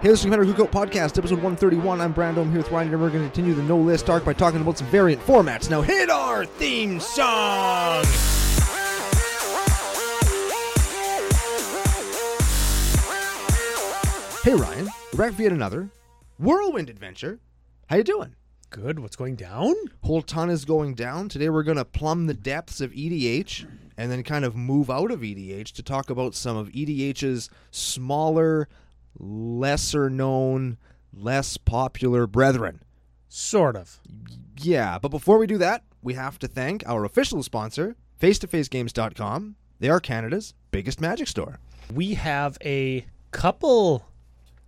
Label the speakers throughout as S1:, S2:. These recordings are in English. S1: Hey, this is Commander Hookout Podcast, episode 131. I'm Brando. I'm here with Ryan, and we're going to continue the No List arc by talking about some variant formats. Now, hit our theme song! Hey, Ryan. We're back for yet another whirlwind adventure. How you doing?
S2: Good. What's going down?
S1: Whole ton is going down. Today, we're going to plumb the depths of EDH and then kind of move out of EDH to talk about some of EDH's smaller, lesser known, less popular brethren.
S2: Sort of.
S1: Yeah, but before we do that, we have to thank our official sponsor, face2facegames.com. They are Canada's biggest magic store.
S2: We have a couple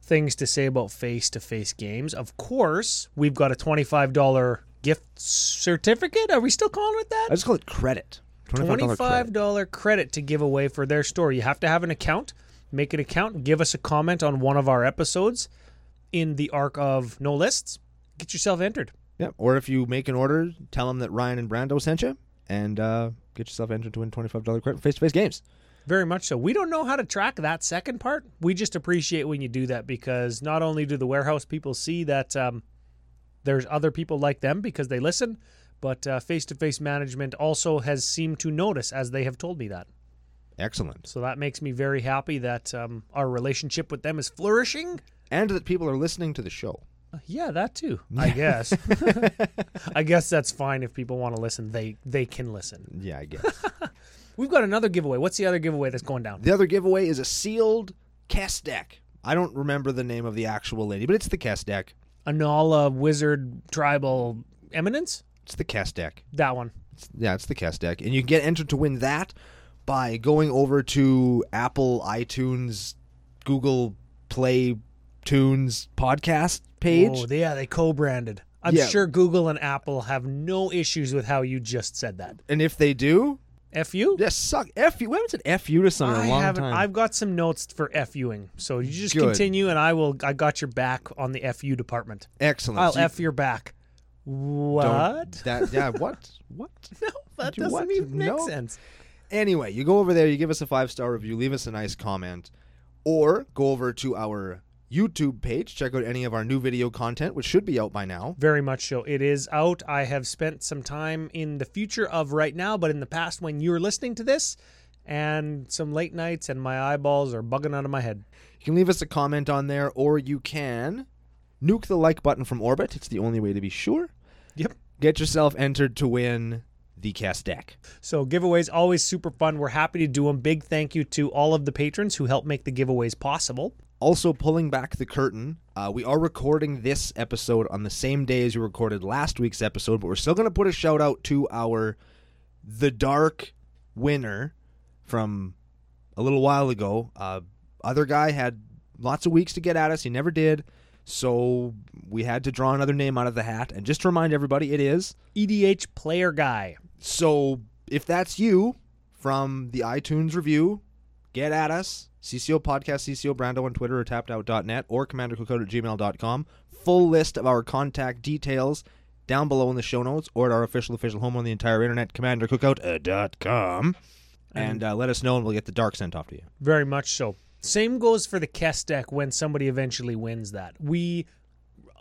S2: things to say about face to face games. Of course, we've got a $25 gift certificate. Are we still calling it
S1: I
S2: that?
S1: just call it credit. $25
S2: $25
S1: credit.
S2: credit. to give away for their store. You have to have an account, make an account, give us a comment on one of our episodes in the arc of No Lists. Get yourself entered.
S1: Yeah, or if you make an order, tell them that Ryan and Brando sent you and uh, get yourself entered to win $25 credit from face-to-face games.
S2: Very much so. We don't know how to track that second part. We just appreciate when you do that because not only do the warehouse people see that um, there's other people like them because they listen, but uh, face-to-face management also has seemed to notice as they have told me that.
S1: Excellent.
S2: So that makes me very happy that um, our relationship with them is flourishing.
S1: And that people are listening to the show.
S2: Uh, Yeah, that too. I guess. I guess that's fine if people want to listen. They they can listen.
S1: Yeah, I guess.
S2: We've got another giveaway. What's the other giveaway that's going down?
S1: The other giveaway is a sealed Kess deck. I don't remember the name of the actual lady, but it's the Kess deck.
S2: Anala Wizard Tribal Eminence.
S1: It's the Kess deck.
S2: That one.
S1: It's- yeah, it's the Kess deck. And you can get entered to win that by going over to Apple, iTunes, Google Play Tunes podcast page.
S2: Oh, they- yeah, they co-branded. I'm
S1: Yeah.
S2: sure Google and Apple have no issues with how you just said that.
S1: and if they do,
S2: F you?
S1: yeah, suck. F you. We haven't said F you to someone in
S2: I
S1: a long
S2: haven't.
S1: time.
S2: I've got some notes for fuing, so you just
S1: Good.
S2: continue, and I will. I got your back on the fu department.
S1: Excellent.
S2: I'll
S1: So you
S2: f your back.
S1: don't-
S2: What?
S1: That, yeah, what? What?
S2: no, that
S1: Do
S2: doesn't
S1: what?
S2: even make
S1: No.
S2: sense.
S1: Anyway, you go over there, you give us a five star review, leave us a nice comment, or go over to our YouTube page, check out any of our new video content, which should be out by now.
S2: Very much so. It is out. I have spent some time in the future of right now, but in the past when you were listening to this, and some late nights, and my eyeballs are bugging out of my head.
S1: You can leave us a comment on there, or you can nuke the like button from orbit. It's the only way to be sure.
S2: Yep.
S1: Get yourself entered to win the cast deck.
S2: So giveaways always super fun. We're happy to do them. Big thank you to all of the patrons who help make the giveaways possible.
S1: Also, pulling back the curtain, uh, we are recording this episode on the same day as we recorded last week's episode, but we're still going to put a shout out to our The Dark winner from a little while ago. Uh, other guy had lots of weeks to get at us, he never did. So we had to draw another name out of the hat. And just to remind everybody, it is.
S2: EDH E player guy.
S1: So if that's you from the iTunes review, get at us. CCO Podcast, CCO Brando on Twitter or tappedout.net or commandercocotte at gmail.com. Full list of our contact details down below in the show notes or at our official official home on the entire internet, commandercookout.com. And uh, let us know and we'll get the dark sent off to you.
S2: Very much so. Same goes for the Kess deck when somebody eventually wins that. We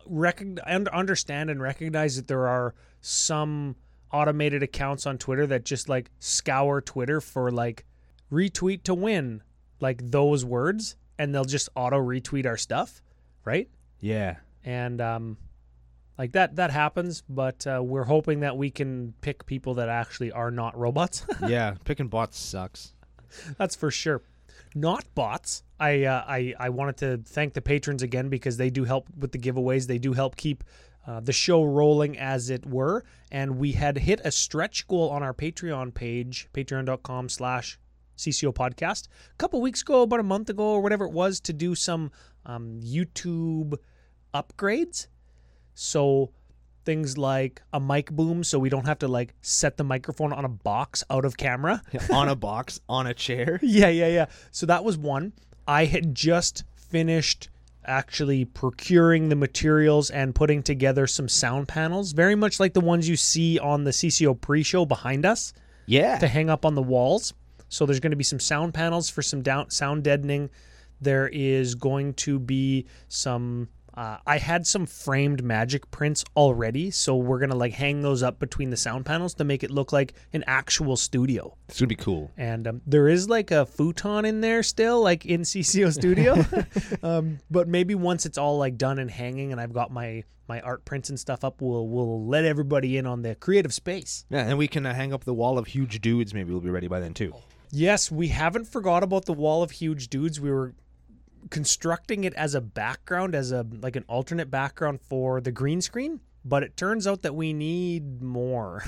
S2: recogn- and understand and recognize that there are some automated accounts on Twitter that just like scour Twitter for like retweet to win, like those words, and they'll just auto retweet our stuff, right?
S1: Yeah.
S2: and um, like that that happens. But uh, we're hoping that we can pick people that actually are not robots.
S1: yeah. Picking bots sucks.
S2: That's for sure. Not bots. I, uh, I I wanted to thank the patrons again because they do help with the giveaways. They do help keep uh, the show rolling, as it were. And we had hit a stretch goal on our Patreon page, Patreon.com/slash CCO podcast, a couple weeks ago, about a month ago or whatever it was, to do some um, YouTube upgrades. So things like a mic boom, so we don't have to like set the microphone on a box out of camera.
S1: on a box, on a chair.
S2: Yeah, yeah, yeah. So that was one. I had just finished actually procuring the materials and putting together some sound panels, very much like the ones you see on the CCO pre show behind us
S1: Yeah.
S2: to hang up on the walls. So there's going to be some sound panels for some down, sound deadening. There is going to be some. Uh, I had some framed magic prints already, so we're gonna like hang those up between the sound panels to make it look like an actual studio.
S1: It's gonna be cool.
S2: And um, there is like a futon in there still, like in CCO Studio. um, but maybe once it's all like done and hanging, and I've got my my art prints and stuff up, we'll we'll let everybody in on the creative space.
S1: Yeah, and we can uh, hang up the wall of huge dudes. Maybe we'll be ready by then too.
S2: Yes, we haven't forgot about the wall of huge dudes. We were constructing it as a background, as a like an alternate background for the green screen. But it turns out that we need more.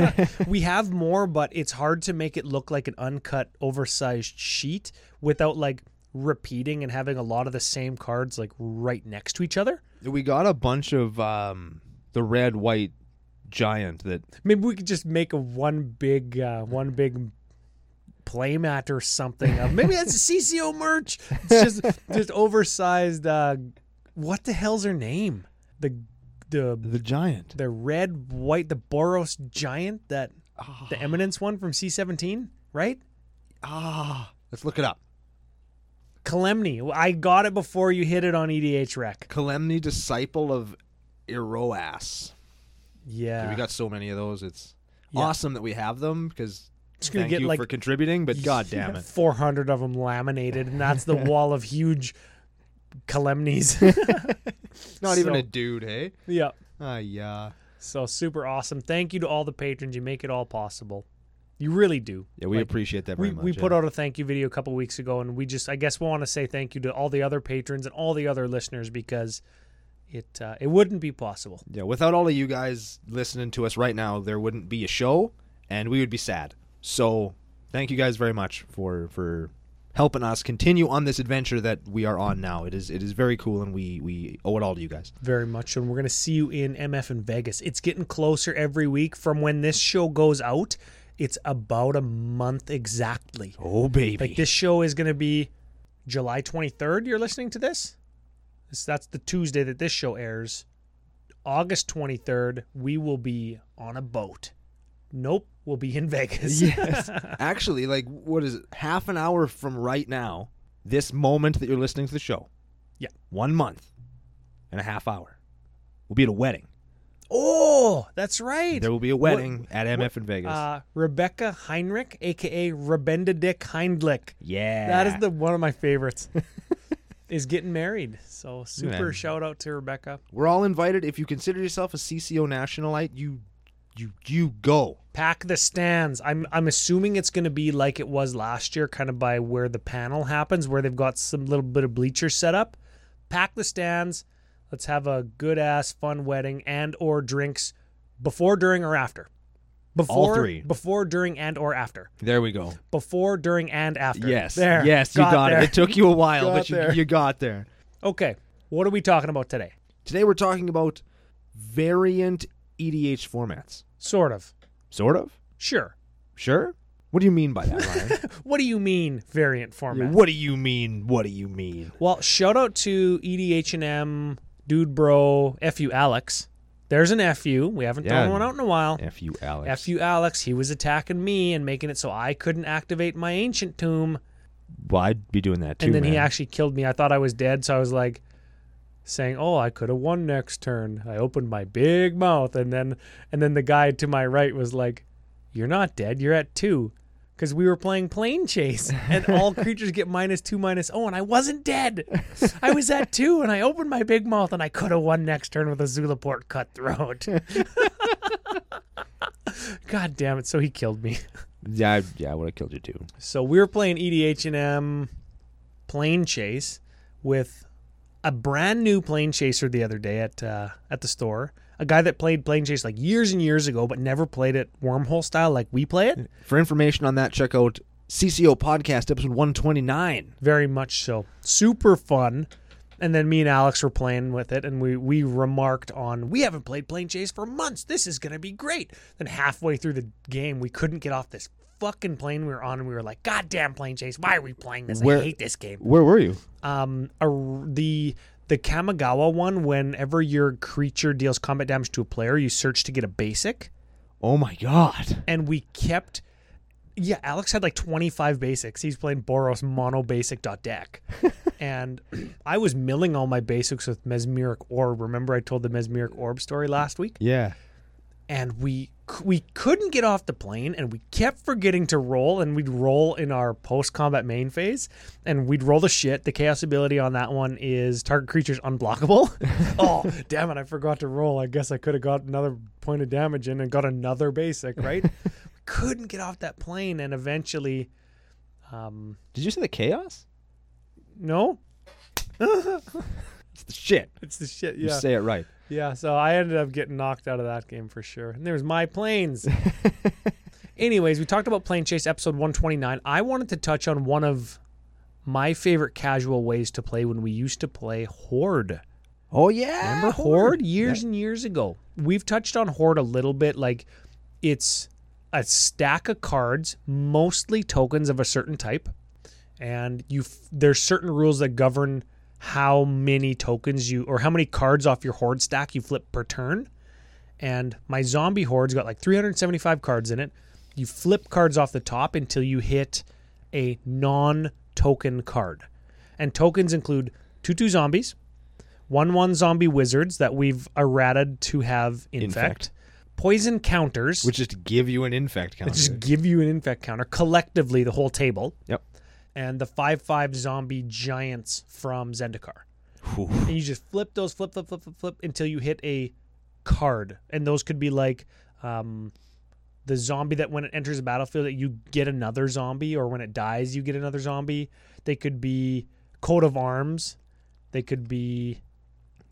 S2: we have more, but it's hard to make it look like an uncut, oversized sheet without like repeating and having a lot of the same cards like right next to each other.
S1: We got a bunch of um, the red white giant that
S2: Maybe we could just make a one big, uh, one big playmat or something. Uh, maybe that's a CCO merch. It's just just oversized. Uh, what the hell's her name? The the
S1: the giant.
S2: the red white the Boros giant that the Eminence one from C seventeen, right?
S1: Ah, let's look it up.
S2: Calemny. I got it before you hit it on EDH Rec.
S1: Calemni, disciple of Eroas.
S2: Yeah,
S1: We got so many of those. It's
S2: Yeah.
S1: awesome that we have them because
S2: Just gonna
S1: thank
S2: get,
S1: you
S2: like-
S1: for contributing. But god damn it,
S2: four hundred of them laminated, and that's the wall of huge Calemnies.
S1: not even
S2: So-
S1: a dude, hey?
S2: yeah.
S1: Ah, yeah.
S2: So super awesome. Thank you to all the patrons. You make it all possible. You really do.
S1: Yeah, we
S2: Like,
S1: appreciate that very
S2: we,
S1: much.
S2: we
S1: yeah.
S2: put out a thank you video a couple weeks ago, and we just I guess we want to say thank you to all the other patrons and all the other listeners because it uh, it wouldn't be possible.
S1: Yeah, without all of you guys listening to us right now, there wouldn't be a show, and we would be sad. So, thank you guys very much for for helping us continue on this adventure that we are on now. It is it is very cool, and we we owe it all to you guys.
S2: Very much, and we're gonna see you in MF in Vegas. It's getting closer every week from when this show goes out. It's about a month exactly.
S1: Oh baby,
S2: Like this show is going to be July 23rd. You're listening to this? This- That's the Tuesday that this show airs. August 23rd, we will be on a boat. Nope, we'll be in Vegas.
S1: Yes. actually, like what is it? Half an hour from right now, this moment that you're listening to the show.
S2: Yeah.
S1: one month and a half hour. We'll be at a wedding.
S2: oh, that's right.
S1: There will be a wedding at MF in Vegas.
S2: Uh, Rebecca Heinrich, aka Rebendedick Heindlich.
S1: yeah,
S2: That is the one of my favorites. is getting married. So super
S1: Yeah.
S2: shout out to Rebecca.
S1: We're all invited. If you consider yourself a CCO nationalite, you you you go.
S2: pack the stands. I'm I'm assuming it's going to be like it was last year, kind of by where the panel happens, where they've got some little bit of bleacher set up. Pack the stands. Let's have a good ass fun wedding and or drinks before, during, or after. Before,
S1: three.
S2: Before, during, and or after.
S1: There we go.
S2: Before, during, and after.
S1: Yes.
S2: There.
S1: Yes, you got
S2: there.
S1: it. It took you a while,
S2: Got
S1: but you,
S2: there.
S1: you got there.
S2: Okay. What are we talking about today?
S1: Today we're talking about variant EDH formats.
S2: Sort of.
S1: Sort of?
S2: Sure.
S1: Sure? What do you mean by that, Ryan?
S2: What do you mean variant format?
S1: what do you mean? What do you mean?
S2: Well, shout out to E EDH&M, Dude Bro, FU Alex. There's an FU. We haven't
S1: Yeah.
S2: thrown one out in a while.
S1: F you, Alex.
S2: FU Alex, he was attacking me and making it so I couldn't activate my ancient tomb.
S1: Well, I'd be doing that too.
S2: and then he
S1: man.
S2: actually killed me. I thought I was dead, so I was like saying, "Oh, I could have won next turn." I opened my big mouth and then and then the guy to my right was like, "You're not dead. You're at 2." Because we were playing plane chase and all creatures get minus two, minus oh, and I wasn't dead. I was at two and I opened my big mouth and I could have won next turn with a Zulaport cutthroat. God damn it. So he killed me.
S1: Yeah, I, yeah, I would have killed you too.
S2: So we were playing EDH and M plane chase with a brand new plane chaser the other day at uh, at the store. A guy that played plane chase like years and years ago, but never played it wormhole style like we play it.
S1: For information on that, check out CCO Podcast, episode 129.
S2: Very much so, super fun. And then me and Alex were playing with it, and we we remarked on we haven't played plane chase for months. This is gonna be great. Then halfway through the game, we couldn't get off this fucking plane we were on, and we were like, "God damn plane chase! Why are we playing this?
S1: Where-
S2: I hate this game."
S1: Where were you?
S2: um a, the the Kamigawa one whenever your creature deals combat damage to a player you search to get a basic
S1: Oh my god.
S2: and we kept Yeah, Alex had like 25 basics. He's playing Boros mono basic dot deck. and I was milling all my basics with Mesmeric Orb. Remember I told the Mesmeric Orb story last week?
S1: Yeah.
S2: And we c- we couldn't get off the plane and we kept forgetting to roll and we'd roll in our post-combat main phase and we'd roll the shit. The chaos ability on that one is target creature's unblockable. oh, damn it, I forgot to roll. I guess I could have got another point of damage in and got another basic, right? couldn't get off that plane and eventually um
S1: Did you say the chaos?
S2: no
S1: It's the shit.
S2: it's the shit
S1: You
S2: yeah
S1: say it right.
S2: yeah so i ended up getting knocked out of that game for sure and there's my planes anyways we talked about plane chase episode 129 i wanted to touch on one of my favorite casual ways to play when we used to play horde
S1: Oh yeah.
S2: Remember Ah, Horde years and years ago? We've touched on Horde a little bit. Like it's a stack of cards, mostly tokens of a certain type, and you f- there's certain rules that govern how many tokens you or how many cards off your Horde stack you flip per turn. And my zombie horde's got like 375 cards in it. You flip cards off the top until you hit a non-token card. And tokens include two two zombies, one one zombie wizards that we've errated to have infect,
S1: Infect.
S2: poison counters,
S1: Which is to give you an infect counter.
S2: just give you an infect counter collectively the whole table,
S1: Yep.
S2: and the five five zombie giants from Zendikar.
S1: Whew.
S2: And you just flip those, flip, flip, flip, flip, flip until you hit a card, and those could be like. Um, the zombie that when it enters the battlefield that you get another zombie or when it dies you get another zombie they could be coat of arms they could be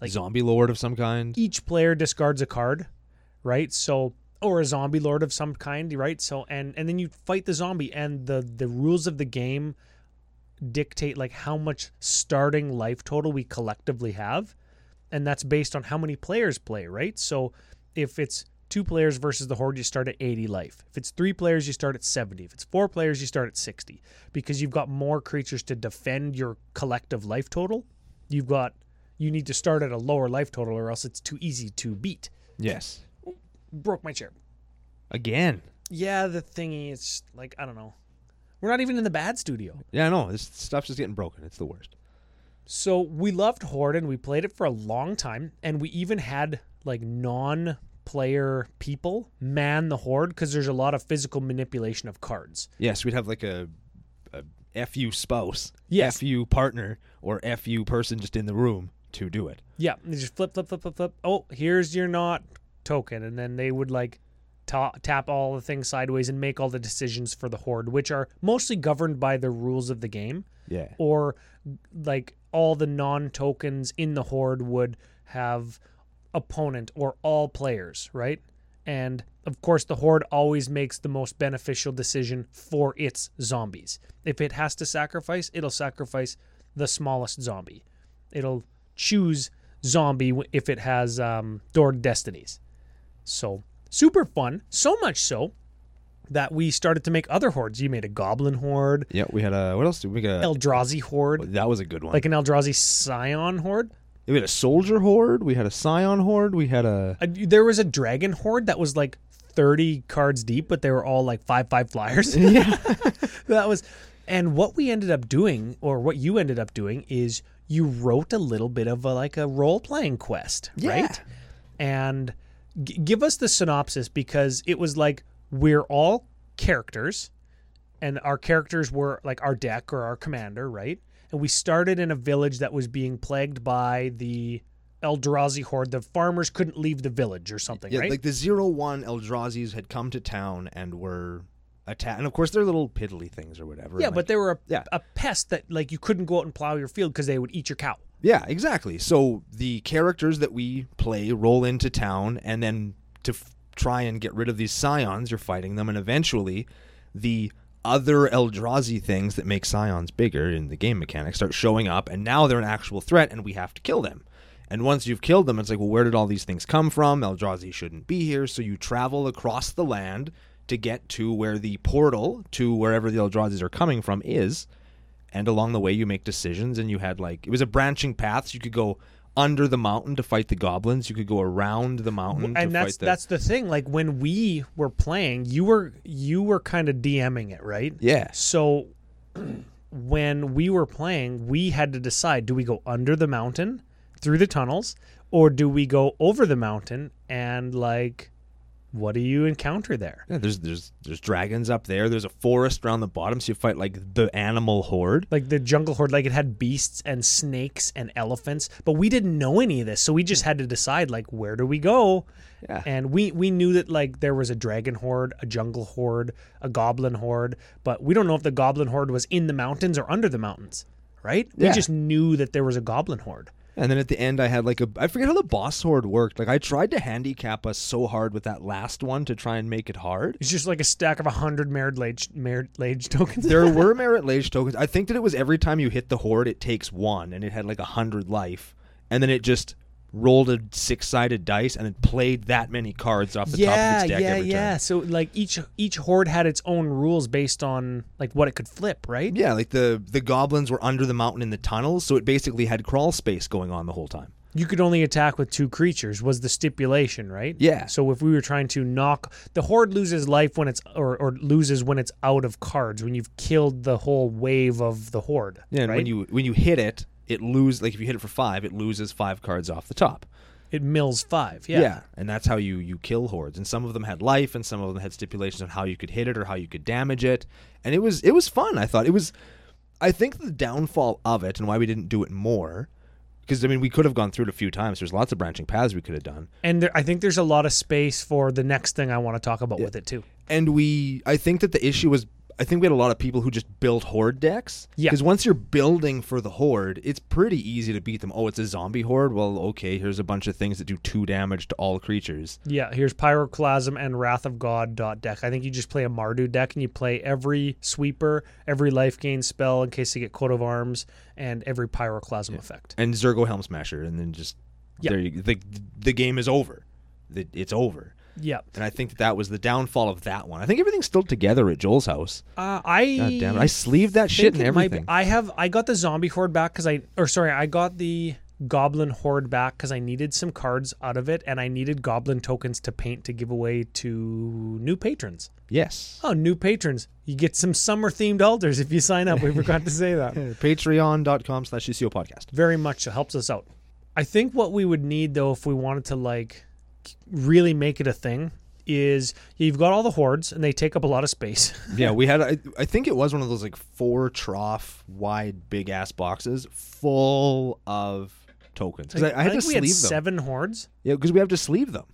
S2: like-
S1: Zombie lord of some kind.
S2: each player discards a card, right? So or a zombie lord of some kind, right? So and and then you fight the zombie and the the rules of the game dictate like how much starting life total we collectively have and that's based on how many players play, right? So if it's two players versus the horde, you start at 80 life. If it's three players, you start at 70. If it's four players, you start at 60 because you've got more creatures to defend your collective life total. You've got you need to start at a lower life total or else it's too easy to beat.
S1: Yes.
S2: Broke my chair.
S1: Again.
S2: Yeah, the thingy is like I don't know. We're not even in the bad studio.
S1: Yeah, I know. This stuff's just getting broken. It's the worst.
S2: So we loved Horde and we played it for a long time, and we even had like non player people man the horde because there's a lot of physical manipulation of cards.
S1: Yes, we'd have like a, a fu spouse,
S2: Yes.
S1: fu partner, or fu person just in the room to do it.
S2: Yeah, they just flip, flip, flip, flip, flip. Oh, here's your not token, and then they would like ta- tap all the things sideways and make all the decisions for the horde, which are mostly governed by the rules of the game,
S1: Yeah.
S2: or like all the non tokens in the horde would have opponent or all players, right? And of course, the horde always makes the most beneficial decision for its zombies. If it has to sacrifice, it'll sacrifice the smallest zombie. It'll choose zombie w- if it has um, door destinies. So super fun, so much so that we started to make other hordes. You made a goblin horde,
S1: Yeah, we had a. What else did we got?
S2: Eldrazi horde,
S1: that was a good one.
S2: like an Eldrazi scion horde.
S1: we had a soldier horde. We had a scion horde. We had a.
S2: Uh, there was a dragon horde that was like 30 cards deep, but they were all like five five flyers.
S1: Yeah.
S2: that was and what we ended up doing or what you ended up doing is you wrote a little bit of a like a role playing quest,
S1: Yeah.
S2: right? And g- give us the synopsis because it was like we're all characters and our characters were like our deck or our commander, right? And we started in a village that was being plagued by the Eldrazi horde. The farmers couldn't leave the village or something,
S1: Yeah,
S2: right?
S1: like the zero one Eldrazi's had come to town and were attacked, and of course they're little piddly things or whatever.
S2: yeah,
S1: and,
S2: but
S1: like-
S2: they were a,
S1: yeah.
S2: a pest that like you couldn't go out and plow your field because they would eat your cow.
S1: yeah, exactly. So the characters that we play roll into town, and then to f- try and get rid of these scions, you're fighting them, and eventually the other Eldrazi things that make scions bigger in the game mechanics start showing up, and now they're an actual threat, and we have to kill them. And once you've killed them, it's like, well, where did all these things come from? Eldrazi shouldn't be here. So you travel across the land to get to where the portal to wherever the Eldrazi's are coming from is. And along the way, you make decisions, and you had like, it was a branching path. So you could go under the mountain to fight the goblins. You could go around the mountain. to
S2: and that's
S1: fight the,
S2: that's the thing. Like when we were playing, you were you were kind of DMing it, right?
S1: yeah.
S2: So when we were playing, we had to decide do we go under the mountain through the tunnels or do we go over the mountain and like what do you encounter there?
S1: Yeah, there's there's there's dragons up there. There's a forest around the bottom, so you fight like the animal horde.
S2: Like the jungle horde, like it had beasts and snakes and elephants, but we didn't know any of this, so we just had to decide like where do we go?
S1: Hmm. Yeah.
S2: And we we knew that like there was a dragon horde, a jungle horde, a goblin horde, but we don't know if the goblin horde was in the mountains or under the mountains, right?
S1: Yeah.
S2: We just knew that there was a goblin horde.
S1: And then at the end, I had like a I forget how the boss horde worked. Like I tried to handicap us so hard with that last one to try and make it hard.
S2: It's just like a stack of 100 merit lage, merit lage tokens.
S1: There were merit lage tokens. I think that it was every time you hit the horde, it takes one, and it had like a hundred life, and then it just rolled a six sided dice and it played that many cards off the top of its deck every turn.
S2: So like each each horde had its own rules based on like what it could flip, right?
S1: Yeah, like the the goblins were under the mountain in the tunnels, so it basically had crawl space going on the whole time.
S2: You could only attack with two creatures was the stipulation, right?
S1: Yeah.
S2: So if we were trying to knock the horde loses life when it's or, or loses when it's out of cards when you've killed the whole wave of the horde.
S1: Yeah, and
S2: right?
S1: when you when you hit it, it lose like if you hit it for five, it loses five cards off the top.
S2: it mills 5. Yeah.
S1: and that's how you you kill hordes. And some of them had life, and some of them had stipulations on how you could hit it or how you could damage it. And it was it was fun. I thought it was. I think the downfall of it and why we didn't do it more, because I mean we could have gone through it a few times. There's lots of branching paths we could have done.
S2: And there, I think there's a lot of space for the next thing I want to talk about with it too.
S1: and we I think that the issue was I think we had a lot of people who just built horde decks.
S2: Yeah.
S1: Because once you're building for the horde, it's pretty easy to beat them. Oh, it's a zombie horde. Well, okay, here's a bunch of things that do two damage to all creatures.
S2: Yeah, here's Pyroclasm and Wrath of God dot deck. I think you just play a Mardu deck and you play every sweeper, every life gain spell in case they get coat of arms, and every Pyroclasm effect.
S1: And Zergo Helm Smasher, and then just
S2: Yeah.
S1: there you, the the game is over. The- It's over.
S2: Yeah,
S1: And I think that, that was the downfall of that one. I think everything's still together at Joel's house.
S2: uh, I
S1: God damn it! I sleeved that shit
S2: think
S1: and
S2: it might be-
S1: everything.
S2: I have I got the zombie horde back because I or sorry I got the goblin horde back because I needed some cards out of it and I needed goblin tokens to paint to give away to new patrons.
S1: Yes.
S2: Oh, new patrons! You get some summer themed altars if you sign up. We forgot to say that.
S1: Patreon.com slash UCO podcast.
S2: very much so helps us out. I think what we would need though, if we wanted to like really make it a thing, is you've got all the hordes and they take up a lot of space.
S1: yeah, we had. I, I think it was one of those like four trough wide big ass boxes full of tokens. 'Cause I, I had
S2: think
S1: to
S2: we
S1: sleeve
S2: had
S1: them.
S2: seven hordes.
S1: Yeah, because we have to sleeve them.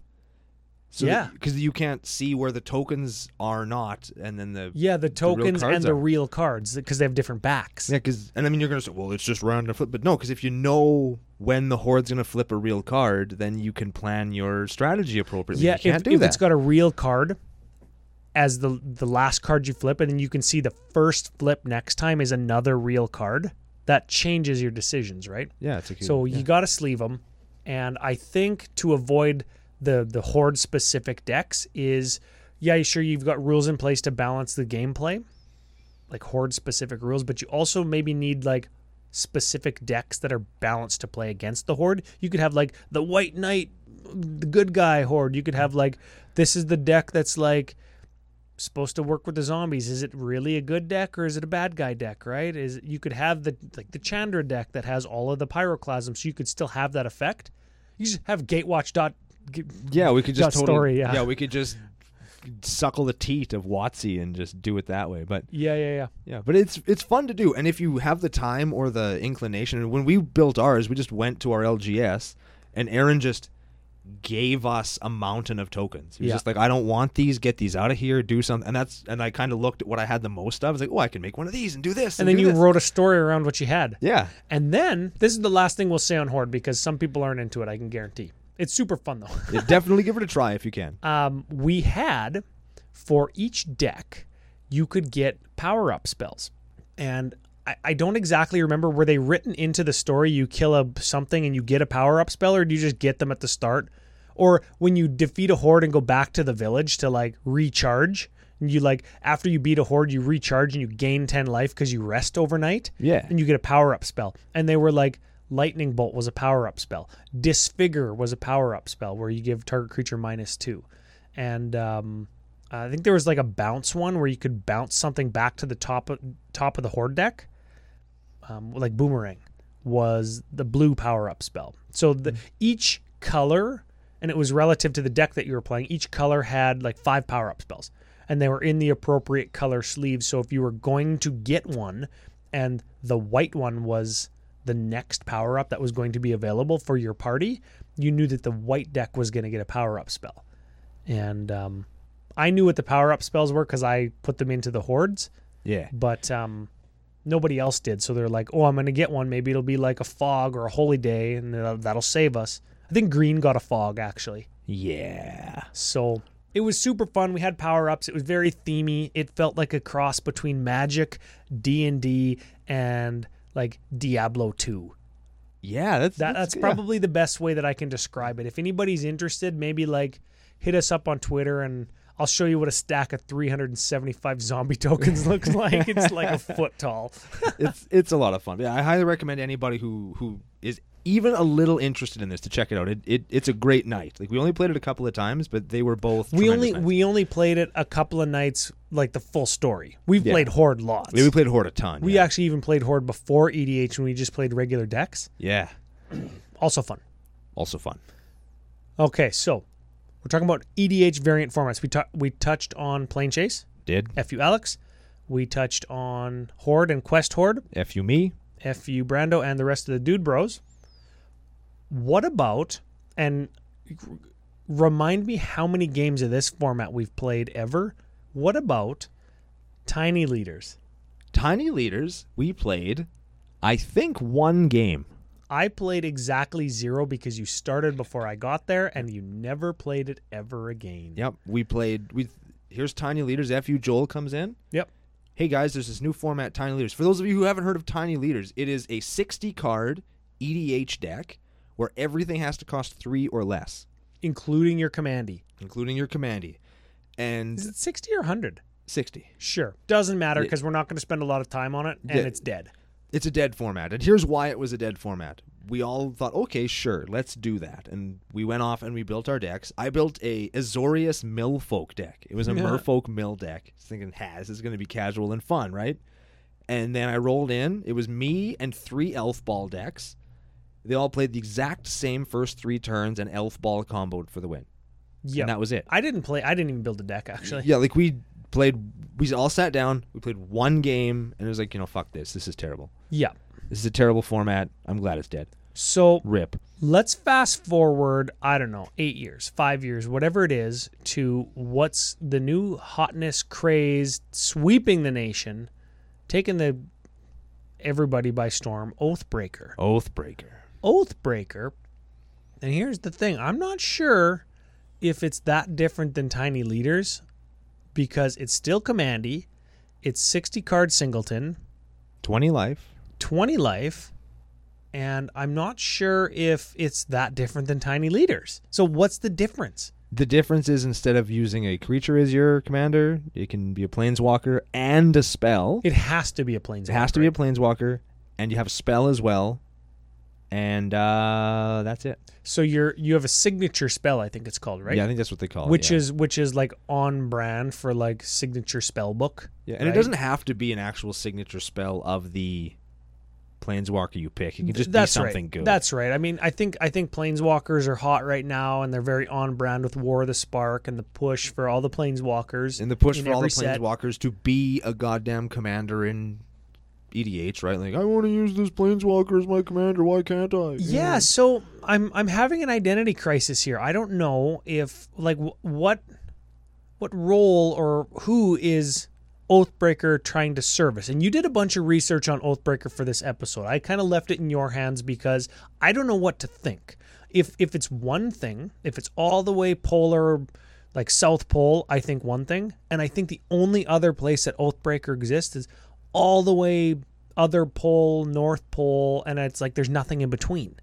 S1: So
S2: Yeah.
S1: because you can't see where the tokens are not, and then the
S2: Yeah, the
S1: real
S2: tokens
S1: cards
S2: and the
S1: are.
S2: real cards because they have different backs.
S1: yeah, because and I mean you're gonna say, well, it's just random flip, but no, because if you know when the horde's gonna flip a real card, then you can plan your strategy appropriately.
S2: Yeah,
S1: you can't
S2: if,
S1: do
S2: if
S1: that.
S2: it's got a real card as the the last card you flip, and then you can see the first flip next time is another real card. That changes your decisions, right?
S1: yeah, it's a cute,
S2: So
S1: yeah.
S2: you got to sleeve them, and I think to avoid the the horde specific decks is, yeah, sure you've got rules in place to balance the gameplay, like horde specific rules, but you also maybe need like specific decks that are balanced to play against the horde. You could have like the white knight, the good guy horde. You could have like this is the deck that's like supposed to work with the zombies is it really a good deck or is it a bad guy deck right is you could have the like the chandra deck that has all of the pyroclasm so you could still have that effect you just have gatewatch dot g-
S1: yeah, we could just
S2: Got
S1: totally,
S2: story, yeah.
S1: we could just suckle the teat of Watsy and just do it that way, but.
S2: yeah yeah yeah
S1: Yeah, but it's it's fun to do, and if you have the time or the inclination. And when we built ours, we just went to our LGS, and Aaron just gave us a mountain of tokens. He was
S2: Yeah.
S1: just like, "I don't want these. Get these out of here. Do something." And that's and I kind of looked at what I had the most of. I was like, "Oh, I can make one of these and do this."
S2: and
S1: And,
S2: then
S1: do
S2: you
S1: this."
S2: wrote a story around what you had
S1: yeah,
S2: and then this is the last thing we'll say on horde because some people aren't into it i can guarantee it's super fun though
S1: Yeah, definitely give it a try if you can.
S2: um, we had for each deck, you could get power up spells. And I, I don't exactly remember were they written into the story you kill a something and you get a power up spell, or do you just get them at the start? Or when you defeat a horde and go back to the village to like recharge, and you like after you beat a horde, you recharge and you gain 10 life because you rest overnight
S1: Yeah,
S2: and you get a power up spell. And they were like, Lightning Bolt was a power up spell. Disfigure was a power up spell where you give target creature minus two. And um, I think there was like a bounce one where you could bounce something back to the top of, top of the horde deck, um, like Boomerang, was the blue power up spell. So the, each color, and it was relative to the deck that you were playing, each color had like five power up spells. And they were in the appropriate color sleeves. So if you were going to get one, and the white one was the next power up that was going to be available for your party, you knew that the white deck was going to get a power up spell. And um, I knew what the power up spells were because I put them into the hordes,
S1: Yeah.
S2: but um, nobody else did. So they're like, oh, I'm going to get one. Maybe it'll be like a fog or a holy day, and that'll, that'll save us. I think green got a fog, actually.
S1: Yeah.
S2: So it was super fun. We had power ups. It was very themey. It felt like a cross between Magic, D and D, and like Diablo two.
S1: Yeah, that's
S2: That, that's
S1: yeah.
S2: probably the best way that I can describe it. If anybody's interested, maybe like hit us up on Twitter and. I'll show you what a stack of 375 zombie tokens looks like. It's like a foot tall.
S1: it's it's a lot of fun. Yeah, I highly recommend anybody who who is even a little interested in this to check it out. It, it it's a great night. Like we only played it a couple of times, but they were both
S2: We
S1: tremendous
S2: only
S1: nights.
S2: we only played it a couple of nights, like the full story. We've
S1: Yeah.
S2: played Horde lots.
S1: Yeah, we played Horde a ton.
S2: we
S1: yeah.
S2: actually even played Horde before EDH when we just played regular decks.
S1: yeah,
S2: Also fun.
S1: also fun.
S2: Okay, so we're talking about EDH variant formats. We ta- we touched on Plane Chase,
S1: Did
S2: FU Alex. We touched on Horde and Quest Horde,
S1: f you me?
S2: FU Brando, and the rest of the Dude Bros. What about and r- remind me how many games of this format we've played ever? What about Tiny Leaders?
S1: Tiny leaders. We played, I think, one game.
S2: I played exactly zero because you started before I got there, and you never played it ever again.
S1: Yep, we played. We here's tiny leaders. F you Joel comes in.
S2: Yep.
S1: hey guys, there's this new format, Tiny Leaders. For those of you who haven't heard of Tiny Leaders, it is a 60 card EDH deck where everything has to cost three or less,
S2: Including your commandy.
S1: including your commandy.
S2: Is
S1: And
S2: it 60 or 100?
S1: 60.
S2: Sure. Doesn't matter
S1: Yeah.
S2: because we're not going to spend a lot of time on it and
S1: Yeah.
S2: it's dead.
S1: It's a dead format. And here's why it was a dead format. We all thought, okay, sure, let's do that. And we went off and we built our decks. I built a Azorius Millfolk deck. It was a
S2: Yeah.
S1: Merfolk Mill deck. I was thinking, ha, this is going to be casual and fun, right? And then I rolled in. It was me and three Elf Ball decks. They all played the exact same first three turns and Elf Ball comboed for the win.
S2: Yeah.
S1: And that was it.
S2: I didn't play, I didn't even build a deck actually.
S1: Yeah, like we played, we all sat down, we played one game, and it was like, you know, fuck this. This is terrible.
S2: Yeah.
S1: This is a terrible format. I'm glad it's dead.
S2: So
S1: Rip.
S2: let's fast forward, I don't know, eight years, five years, whatever it is, to what's the new hotness craze sweeping the nation, taking the everybody by storm, Oathbreaker.
S1: Oathbreaker.
S2: Oathbreaker. And here's the thing I'm not sure if it's that different than Tiny Leaders because it's still commandy, it's 60 card singleton,
S1: 20 life.
S2: 20 life, and I'm not sure if it's that different than Tiny Leaders. So, what's the difference?
S1: The difference is instead of using a creature as your commander, it can be a planeswalker and a spell.
S2: It has to be a planes.
S1: It has to be a planeswalker, and you have a spell as well. And uh, that's it.
S2: So you're you have a signature spell, I think it's called, right?
S1: Yeah, I think that's what they call it.
S2: Which
S1: yeah.
S2: is which is like on brand for like signature spell book.
S1: Yeah, and
S2: right?
S1: it doesn't have to be an actual signature spell of the planeswalker you pick. It can
S2: Th-
S1: just be something
S2: right.
S1: good.
S2: That's right. I mean, I think I think planeswalkers are hot right now, and they're very on brand with War of the Spark and the push for all the planeswalkers.
S1: and the push
S2: in
S1: for all the
S2: every set.
S1: planeswalkers to be a goddamn commander in EDH, right? Like, oh, I want to use this planeswalker as my commander. Why can't I?
S2: Yeah. So I'm I'm having an identity crisis here. I don't know if like wh- what what role or who is Oathbreaker trying to service? And you did a bunch of research on Oathbreaker for this episode. I kind of left it in your hands because I don't know what to think. If if it's one thing, if it's all the way polar like South Pole, I think one thing, and I think the only other place that Oathbreaker exists is all the way other pole, North Pole, and it's like there's nothing in between.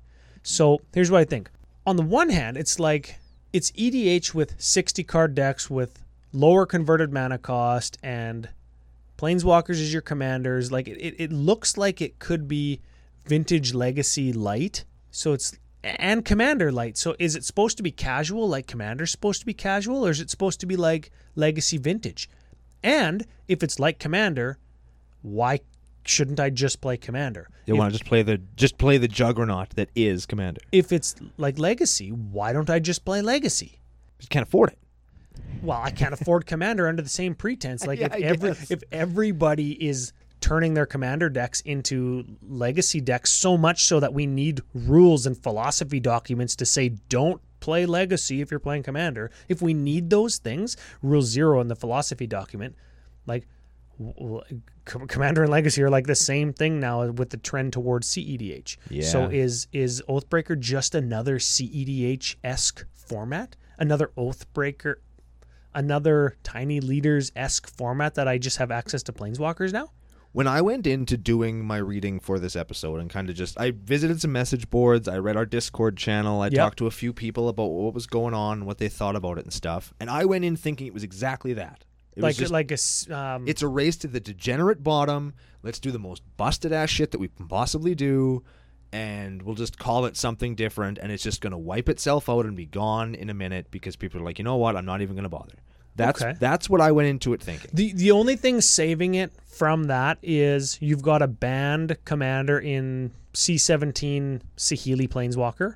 S2: So here's what I think. On the one hand, it's like it's EDH with 60 card decks with lower converted mana cost and planeswalkers as your commanders. Like it, it, it looks like it could be vintage legacy light. So it's and commander light. So is it supposed to be casual like commander's supposed to be casual or is it supposed to be like legacy vintage? And if it's like commander, why shouldn't I just play commander?
S1: You
S2: If-
S1: want to just play the just play the juggernaut that is Commander.
S2: if it's like legacy, why don't I just play legacy?
S1: Just can't afford it.
S2: Well, I can't afford commander under the same pretense. Like
S1: Yeah,
S2: if
S1: I
S2: every
S1: guess.
S2: if everybody is turning their commander decks into legacy decks so much so that we need rules and philosophy documents to say don't play legacy if you're playing commander. If we need those things, rule 0 in the philosophy document, like w- w- Com- commander and legacy are like the same thing now with the trend towards CEDH. So
S1: Yeah.
S2: is is Oathbreaker just another CEDH esque format? Another Oathbreaker, another Tiny Leaders esque format that I just have access to Planeswalkers now?
S1: When I went into doing my reading for this episode and kind of just I visited some message boards, I read our Discord channel, I
S2: Yep.
S1: talked to a few people about what was going on, what they thought about it and stuff. And I went in thinking it was exactly that. It
S2: like
S1: was just
S2: like a s- um,
S1: it's a race to the degenerate bottom. Let's do the most busted ass shit that we can possibly do, and we'll just call it something different. And it's just going to wipe itself out and be gone in a minute because people are like, you know what? I'm not even going to bother. That's
S2: Okay.
S1: that's what I went into it thinking.
S2: the the only thing saving it from that is you've got a banned commander in C seventeen Sahili Planeswalker.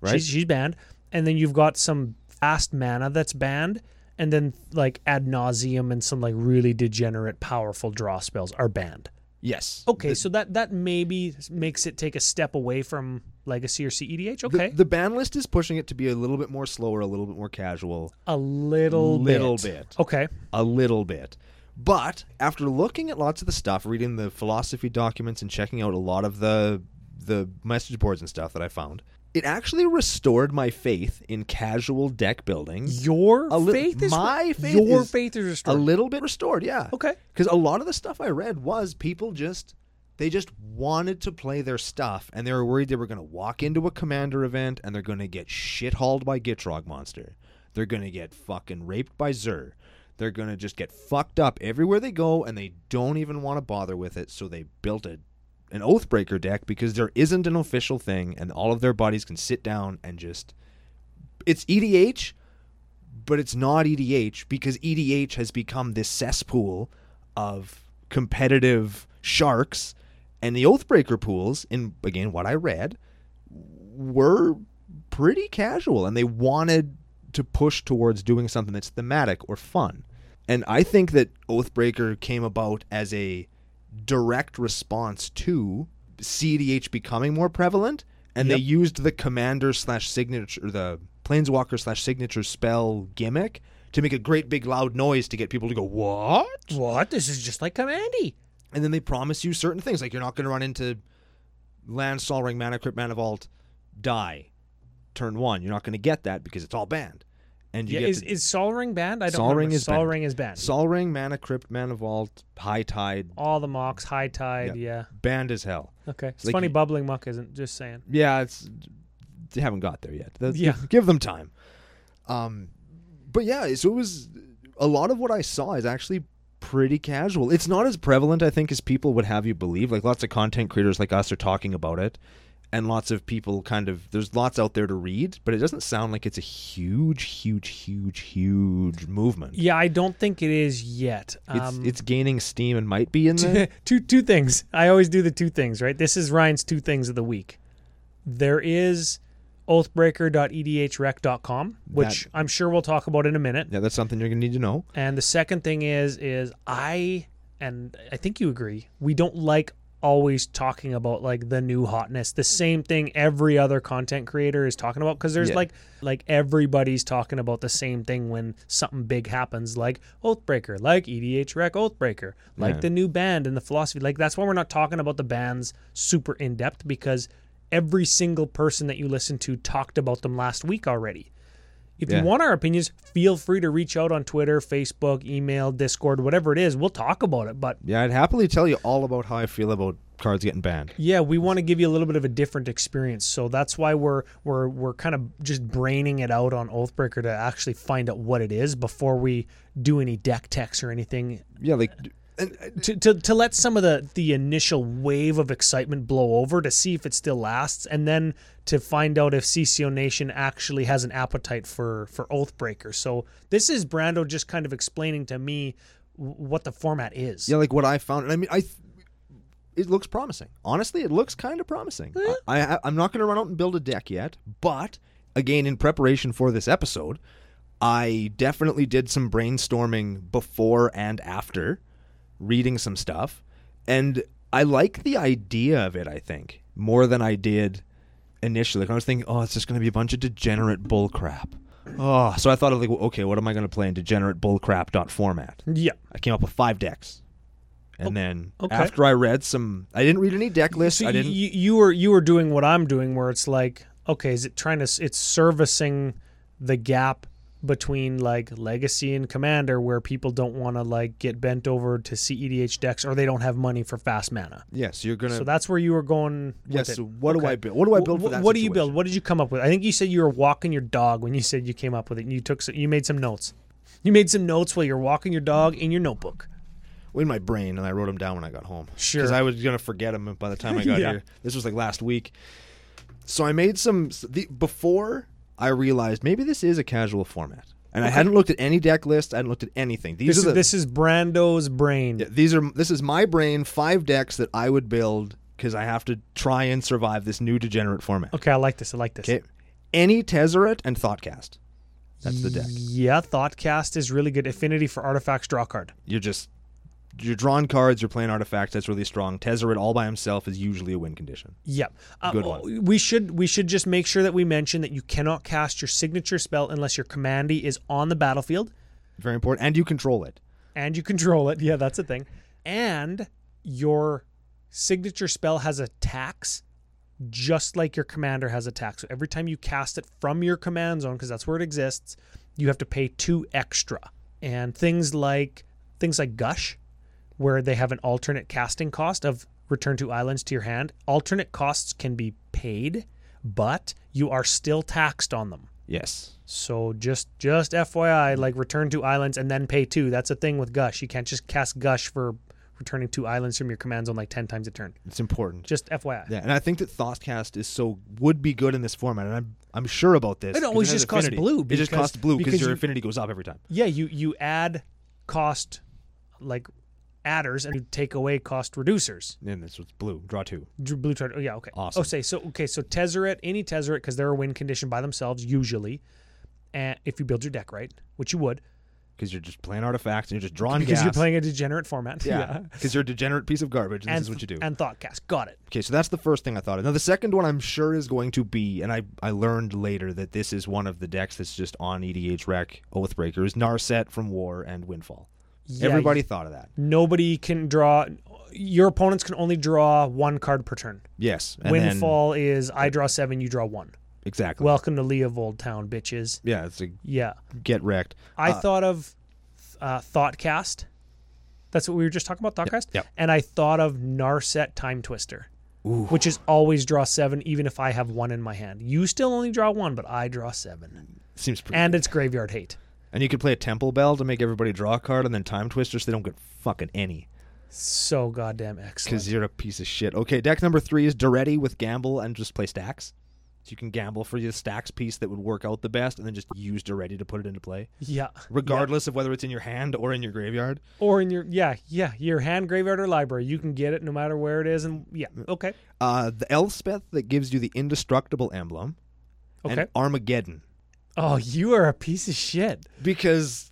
S1: Right.
S2: She's, she's banned. And then you've got some fast mana that's banned. And then like ad nauseum and some like really degenerate, powerful draw spells are banned.
S1: Yes.
S2: Okay, so that that maybe makes it take a step away from Legacy or CEDH.
S1: The,
S2: Okay,
S1: the ban list is pushing it to be a little bit more slower, a little bit more casual,
S2: a little
S1: little
S2: bit.
S1: bit.
S2: Okay,
S1: a little bit. But after looking at lots of the stuff, reading the philosophy documents and checking out a lot of the the message boards and stuff that I found, it actually restored my faith in casual deck building.
S2: your
S1: A li-
S2: faith is
S1: my faith
S2: your
S1: is
S2: faith is
S1: A
S2: restored.
S1: little bit restored, yeah.
S2: okay,
S1: Cuz a lot of the stuff I read was people just they just wanted to play their stuff and they were worried they were going to walk into a commander event and they're going to get shit hauled by Gitrog monster. They're going to get fucking raped by Xur. They're going to just get fucked up everywhere they go and they don't even want to bother with it so they built a an oathbreaker deck because there isn't an official thing and all of their buddies can sit down and just it's E EDH but it's not EDH because EDH has become this cesspool of competitive sharks, and the Oathbreaker pools, in again what I read, were pretty casual, and they wanted to push towards doing something that's thematic or fun. And I think that Oathbreaker came about as a direct response to CDH becoming more prevalent, and they
S2: Yep.
S1: used the commander slash signature, the planeswalker slash signature spell gimmick to make a great big loud noise to get people to go what,
S2: what this is just like Commandy.
S1: and then they promise you certain things like you're not going to run into land Sol Ring, mana crypt mana vault die turn one. You're not going to get that because it's all banned, and you
S2: Yeah,
S1: get
S2: is
S1: to-
S2: is Sol Ring banned? I don't
S1: Sol
S2: remember.
S1: Ring is
S2: Sol
S1: banned.
S2: Ring is banned.
S1: Sol Ring, mana crypt mana vault high tide
S2: All the mocks, high tide. Yeah.
S1: banned as hell.
S2: Okay. It's
S1: Like
S2: funny.
S1: you-
S2: bubbling muck isn't. Just saying.
S1: Yeah, it's they haven't got there yet. That's-
S2: Yeah.
S1: give, give them time. Um, but yeah, so it was a lot of what I saw is actually pretty casual. It's not as prevalent, I think, as people would have you believe. Like lots of content creators like us are talking about it, and lots of people kind of there's lots out there to read, but it doesn't sound like it's a huge, huge, huge, huge movement.
S2: Yeah, I don't think it is yet.
S1: It's
S2: Um,
S1: it's gaining steam and might be in there.
S2: two two things. I always do the two things, right? This is Ryan's two things of the week. There is E oathbreaker.edhrec.com, which
S1: That-
S2: I'm sure we'll talk about in a minute.
S1: yeah, that's something you're gonna need to know.
S2: And the second thing is is I and I think you agree, we don't like always talking about like the new hotness, the same thing every other content creator is talking about because there's
S1: Yeah.
S2: like like everybody's talking about the same thing when something big happens like Oathbreaker, like EDH Rec Oathbreaker, like
S1: Yeah.
S2: the new band and the philosophy. Like that's why we're not talking about the bands super in depth because every single person that you listen to talked about them last week already. If
S1: Yeah.
S2: you want our opinions, feel free to reach out on Twitter, Facebook, email, Discord, whatever it is. We'll talk about it. But
S1: Yeah, I'd happily tell you all about how I feel about cards getting banned.
S2: yeah, we want to give you a little bit of a different experience. So that's why we're we're we're kind of just braining it out on Oathbreaker to actually find out what it is before we do any deck techs or anything.
S1: Yeah, like d- And uh,
S2: to, to, to let some of the, the initial wave of excitement blow over to see if it still lasts and then to find out if CCO Nation actually has an appetite for, for Oathbreaker. So this is Brando just kind of explaining to me w- what the format is.
S1: yeah, like what I found. And I mean, I th- it looks promising. Honestly, it looks kind of promising. I, I I'm not going to run out and build a deck yet, but again, in preparation for this episode, I definitely did some brainstorming before and after, reading some stuff, and I like the idea of it. I think more than I did initially. Like, I was thinking, oh, it's just going to be a bunch of degenerate bullcrap. Oh, so I thought of like, okay, what am I going to play in degenerate bullcrap format?
S2: Yeah.
S1: I came up with five decks. And then
S2: Oh, okay.
S1: after I read some, I didn't read any deck lists.
S2: So
S1: I
S2: y-
S1: didn't.
S2: You, you were you were doing what I'm doing, where it's like, okay, is it trying to? s- It's servicing the gap between like legacy and commander, where people don't want to like get bent over to CEDH decks, or they don't have money for fast mana.
S1: yes, you're gonna.
S2: So that's where you were going. With
S1: yes.
S2: it.
S1: so what do
S2: Okay.
S1: I build? What do I build for
S2: Wh-
S1: that?
S2: what do you
S1: situation?
S2: build? What did you come up with? I think you said you were walking your dog when you said you came up with it. And you took some, you made some notes. You made some notes while you're walking your dog in your notebook.
S1: in my brain, and I wrote them down when I got home.
S2: Sure.
S1: Because I was gonna forget them by the time I got
S2: Yeah.
S1: here. This was like last week. So I made some s- the, before I realized maybe this is a casual format, and I hadn't looked at any deck lists. I hadn't looked at anything. These
S2: This,
S1: are the,
S2: is this is Brando's brain.
S1: Yeah, these are this is my brain five decks that I would build because I have to try and survive this new degenerate format.
S2: Okay, I like this. I like this.
S1: Okay. Any Tezzeret and Thoughtcast. That's the deck.
S2: Yeah, Thoughtcast is really good. Affinity for artifacts, draw card.
S1: You're just you're drawing cards, you're playing artifacts, that's really strong. Tezzeret all by himself is usually a win condition.
S2: Yep. Uh,
S1: Good one.
S2: We should we should just make sure that we mention that you cannot cast your signature spell unless your commandy is on the battlefield
S1: Very important. And you control it.
S2: and you control it. Yeah, that's a thing. And your signature spell has a tax, just like your commander has a tax. So every time you cast it from your command zone, because that's where it exists, you have to pay two extra. And things like things like gush, where they have an alternate casting cost of return to islands to your hand. Alternate costs can be paid, but you are still taxed on them.
S1: Yes.
S2: So just just FYI, like return to islands and then pay two. That's a thing with Gush. You can't just cast Gush for returning two islands from your command zone like ten times a turn.
S1: It's important.
S2: Just FYI.
S1: Yeah, and I think that Thoughtcast is so would be good in this format, and I'm I'm sure about this.
S2: It
S1: 'cause
S2: always
S1: has
S2: just costs
S1: affinity.
S2: blue
S1: it just
S2: because-
S1: costs blue because
S2: because
S1: your
S2: you-
S1: affinity goes up every time.
S2: Yeah, you you add cost like adders and you take away cost reducers.
S1: And this was blue. Draw two.
S2: Dr- Blue chart. Oh yeah, okay.
S1: Awesome.
S2: Oh, say so. Okay, so Tezzeret, any Tezzeret, because they're a win condition by themselves usually, and if you build your deck right, which you would,
S1: Because you're just playing artifacts and you're just drawing
S2: because
S1: gas.
S2: you're playing a degenerate format.
S1: yeah. Because you're a degenerate piece of garbage, and,
S2: And
S1: this is what you do.
S2: And thought cast. Got it.
S1: Okay, so that's the first thing I thought of. Now the second one I'm sure is going to be, and I, I learned later that this is one of the decks that's just on EDH Rec Oathbreaker is Narset from War and Windfall.
S2: Yeah,
S1: Everybody thought of that.
S2: nobody can draw your opponents can only draw one card per turn.
S1: Yes. And then-
S2: Windfall is I draw seven, you draw one.
S1: exactly.
S2: Welcome to Leovold Town, bitches.
S1: yeah, it's a
S2: Yeah.
S1: get wrecked.
S2: I
S1: Uh,
S2: thought of uh, Thoughtcast. That's what we were just talking about, Thoughtcast.
S1: yep.
S2: And I thought of Narset Time Twister,
S1: Ooh.
S2: which is always draw seven, even if I have one in my hand. You still only draw one, but I draw seven.
S1: seems pretty.
S2: And it's Graveyard Hate.
S1: and you could play a Temple Bell to make everybody draw a card, and then Time Twister so they don't get fucking any
S2: So goddamn excellent.
S1: because you're a piece of shit. Okay, deck number three is Doretti with Gamble and just play stacks. So you can gamble for your stacks piece that would work out the best, and then just use Doretti to put it into play.
S2: Yeah.
S1: regardless of whether it's in your hand or in your graveyard.
S2: Or in your yeah, yeah, your hand graveyard or library, you can get it no matter where it is and yeah, okay.
S1: Uh, the Elspeth that gives you the indestructible emblem.
S2: Okay.
S1: And Armageddon.
S2: Oh, you are a piece of shit.
S1: Because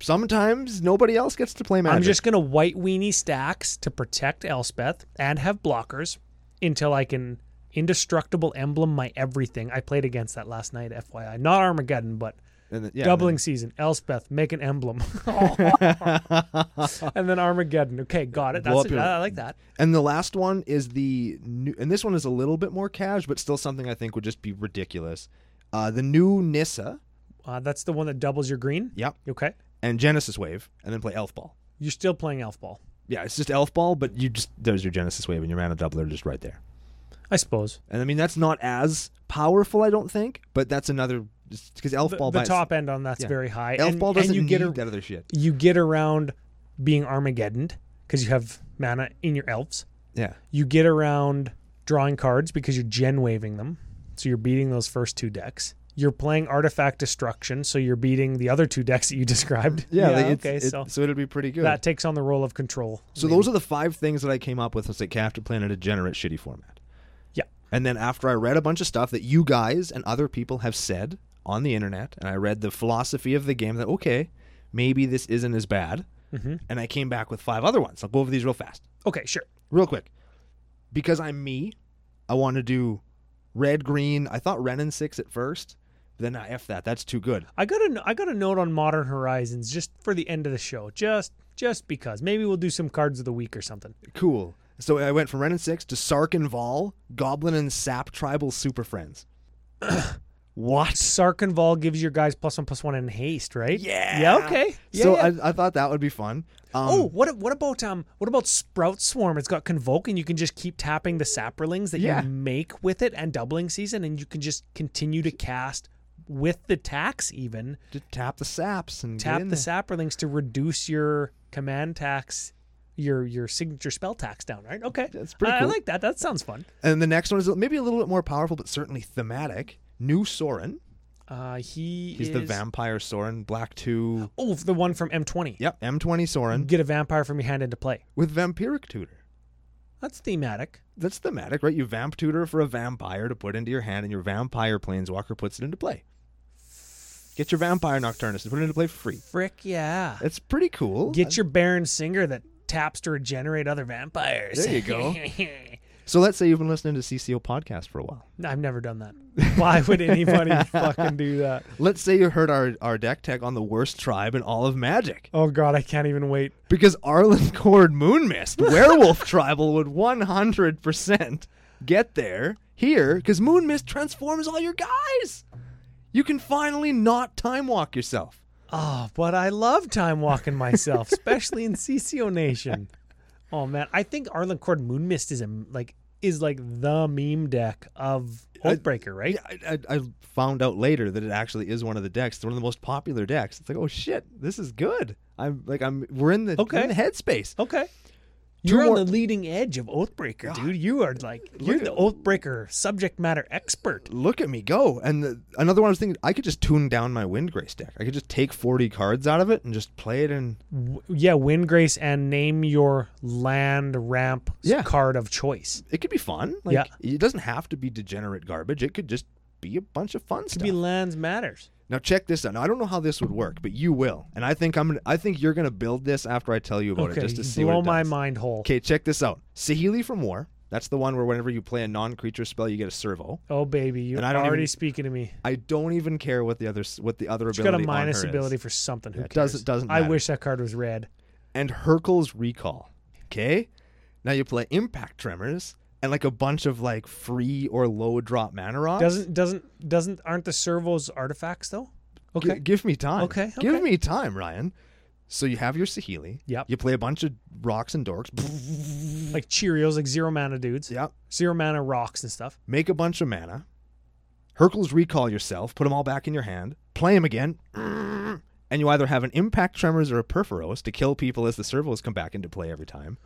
S1: sometimes nobody else gets to play magic.
S2: I'm just going to white weenie stacks to protect Elspeth and have blockers until I can indestructible emblem my everything. I played against that last night, FYI. Not Armageddon, but
S1: and then- yeah,
S2: doubling season. Elspeth, make an emblem. and then Armageddon. Okay, got it.
S1: Blow
S2: That's
S1: up
S2: it.
S1: your-
S2: I like that.
S1: And the last one is the new, and this one is a little bit more cash, but still something I think would just be ridiculous. Uh, the new Nissa,
S2: Uh, that's the one that doubles your green.
S1: yep,
S2: Okay.
S1: and Genesis Wave, and then play Elf Ball.
S2: You're still playing Elf Ball,
S1: Yeah, it's just Elf Ball, but you just there's your Genesis Wave and your mana doubler just right there.
S2: I suppose.
S1: And I mean that's not as powerful, I don't think, but that's another because Elf
S2: The,
S1: Ball
S2: the
S1: by
S2: top end on that's
S1: Yeah.
S2: very high.
S1: Elf
S2: and,
S1: Ball
S2: and
S1: doesn't
S2: you
S1: need
S2: get a,
S1: that other shit.
S2: you get around being Armageddoned because you have mana in your elves.
S1: Yeah.
S2: You get around drawing cards because you're gen waving them. So you're beating those first two decks. You're playing artifact destruction, so you're beating the other two decks that you described.
S1: they- it's-
S2: okay,
S1: it-
S2: so
S1: it'll be pretty good.
S2: that takes on the role of control.
S1: so those are the five things that I came up with. I was like, okay, I have to play in a degenerate, shitty format.
S2: Yeah.
S1: And then after I read a bunch of stuff that you guys and other people have said on the internet, and I read the philosophy of the game, that okay, maybe this isn't as bad.
S2: Mhm.
S1: And I came back with five other ones. I'll go over these real fast.
S2: Okay, sure.
S1: real quick because i'm me i want to do red green i thought ren and six at first but then i f that that's too good
S2: I got a I got a note on Modern Horizons just for the end of the show, just just because. Maybe we'll do some cards of the week or something.
S1: cool so i went from ren and six to sark and vol goblin and sap tribal super friends what
S2: Sarkinval gives your guys plus one plus one in haste, right?
S1: Yeah.
S2: Yeah. Okay. Yeah,
S1: so
S2: yeah.
S1: I, um, I thought that would be fun um,
S2: oh, what what about um what about Sprout Swarm? It's got Convoke, and you can just keep tapping the saprolings that
S1: Yeah.
S2: you make with it, and Doubling Season, and you can just continue to cast with the tax even
S1: to tap the saps and get
S2: tap
S1: in
S2: the
S1: there.
S2: saprolings to reduce your command tax. Your your signature spell tax down, right? Okay,
S1: That's pretty
S2: I,
S1: cool.
S2: I like that. That sounds fun.
S1: and the next one is maybe a little bit more powerful but certainly thematic new soren
S2: Uh, he
S1: he's
S2: is,
S1: the vampire soren black 2
S2: Oh, the one from M20.
S1: yep m20 soren
S2: Get a vampire from your hand into play.
S1: with vampiric tutor
S2: That's thematic.
S1: that's thematic, right? You vamp tutor for a vampire to put into your hand, and your vampire planeswalker puts it into play. Get your vampire nocturnus and put it into play for free.
S2: Frick yeah.
S1: That's pretty cool. Uh,
S2: Get your Baron Singer that taps to regenerate other vampires.
S1: There you go. so let's say you've been listening to CCO podcast for a while.
S2: No, I've never done that. Why would anybody fucking do that?
S1: Let's say you heard our, our deck tech on the worst tribe in all of Magic
S2: Oh god, I can't even wait.
S1: because Arlen Cord Moonmist Werewolf Tribal would 100% get there here because Moonmist transforms all your guys. You can finally not time walk yourself.
S2: Oh, but I love time walking myself, especially in CCO Nation. Oh man, I think Arlen Cord Moonmist is a, like is like the meme deck of Oathbreaker, right?
S1: Yeah, I, I, I found out later that it actually is one of the decks. It's one of the most popular decks. It's like, oh shit, this is good. I'm like, I'm we're in the
S2: Okay.
S1: we're in the headspace.
S2: Okay. You're
S1: more-
S2: on the leading edge of Oathbreaker, dude. You are like you're
S1: Look
S2: the
S1: at-
S2: Oathbreaker subject matter expert.
S1: Look at me go! And the, another one I was thinking, I could just tune down my Wind Grace deck. I could just take forty cards out of it and just play it. And
S2: W- yeah, Wind Grace and name your land ramp s-
S1: Yeah.
S2: card of choice.
S1: it could be fun. Like,
S2: Yeah.
S1: it doesn't have to be degenerate garbage. It could just be a bunch of fun
S2: To
S1: stuff.
S2: be lands matters.
S1: now check this out. Now I don't know how this would work, but you will. And I think I'm. gonna- I think you're gonna build this after I tell you about
S2: Okay,
S1: it, just to
S2: you
S1: see
S2: blow
S1: what it
S2: my
S1: does.
S2: mind whole.
S1: Okay, check this out. Sahili from War. That's the one where whenever you play a non-creature spell, you get a servo.
S2: Oh baby, you're
S1: And I don't
S2: already
S1: even-
S2: speaking to me.
S1: I don't even care what the other s- what the other
S2: She's got a
S1: ability
S2: minus
S1: on her
S2: ability
S1: Is.
S2: for something. Who
S1: Yeah, it
S2: cares?
S1: doesn't- doesn't
S2: I
S1: matter.
S2: wish that card was red.
S1: And Hercule's Recall. Okay, now you play Impact Tremors and like a bunch of like free or low drop mana rocks.
S2: Doesn't doesn't doesn't aren't the servos artifacts though?
S1: Gi-
S2: Okay.
S1: give me time.
S2: Okay,
S1: give
S2: okay.
S1: me time, Ryan. So you have your Sahili.
S2: Yep.
S1: You play a bunch of rocks and dorks.
S2: Like Cheerios, like zero mana dudes.
S1: yep.
S2: Zero mana rocks and stuff.
S1: Make a bunch of mana. Hercules recall yourself, put them all back in your hand, play them again, and you either have an impact tremors or a perforos to kill people as the servos come back into play every time,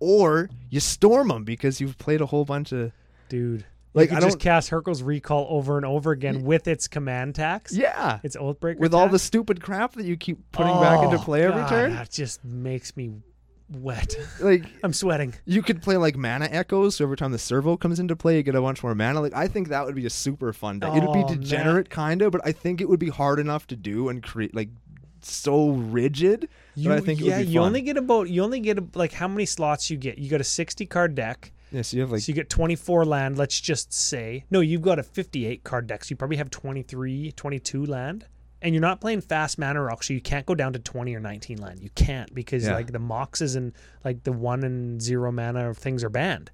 S1: or you storm them because you've played a whole bunch of
S2: Dude.
S1: Like,
S2: you
S1: I
S2: could just
S1: don't-
S2: cast Hercule's recall over and over again with its command tax.
S1: yeah,
S2: It's Oathbreaker.
S1: with all the
S2: tax.
S1: stupp crap that you keep putting back into
S2: Oh,
S1: play every
S2: God,
S1: turn.
S2: That just makes me wet.
S1: Like
S2: I'm sweating.
S1: you could play like mana echoes, so every time the servo comes into play, you get a bunch more mana. Like I think that would be a super fun deck. It'd
S2: Oh,
S1: be
S2: man.
S1: degenerate kinda, but I think it would be hard enough to do and create like so rigid.
S2: You,
S1: but I think it
S2: yeah,
S1: would be
S2: you
S1: fun.
S2: only get about you only get like how many slots you get. You got a 60 card deck,
S1: yeah, so you have like
S2: so you get 24 land. Let's just say no, you've got a 58 card deck, so you probably have 23, 22 land. And you're not playing fast mana rock, so you can't go down to 20 or 19 land. You can't because
S1: Yeah.
S2: like the moxes and like the one and zero mana things are banned.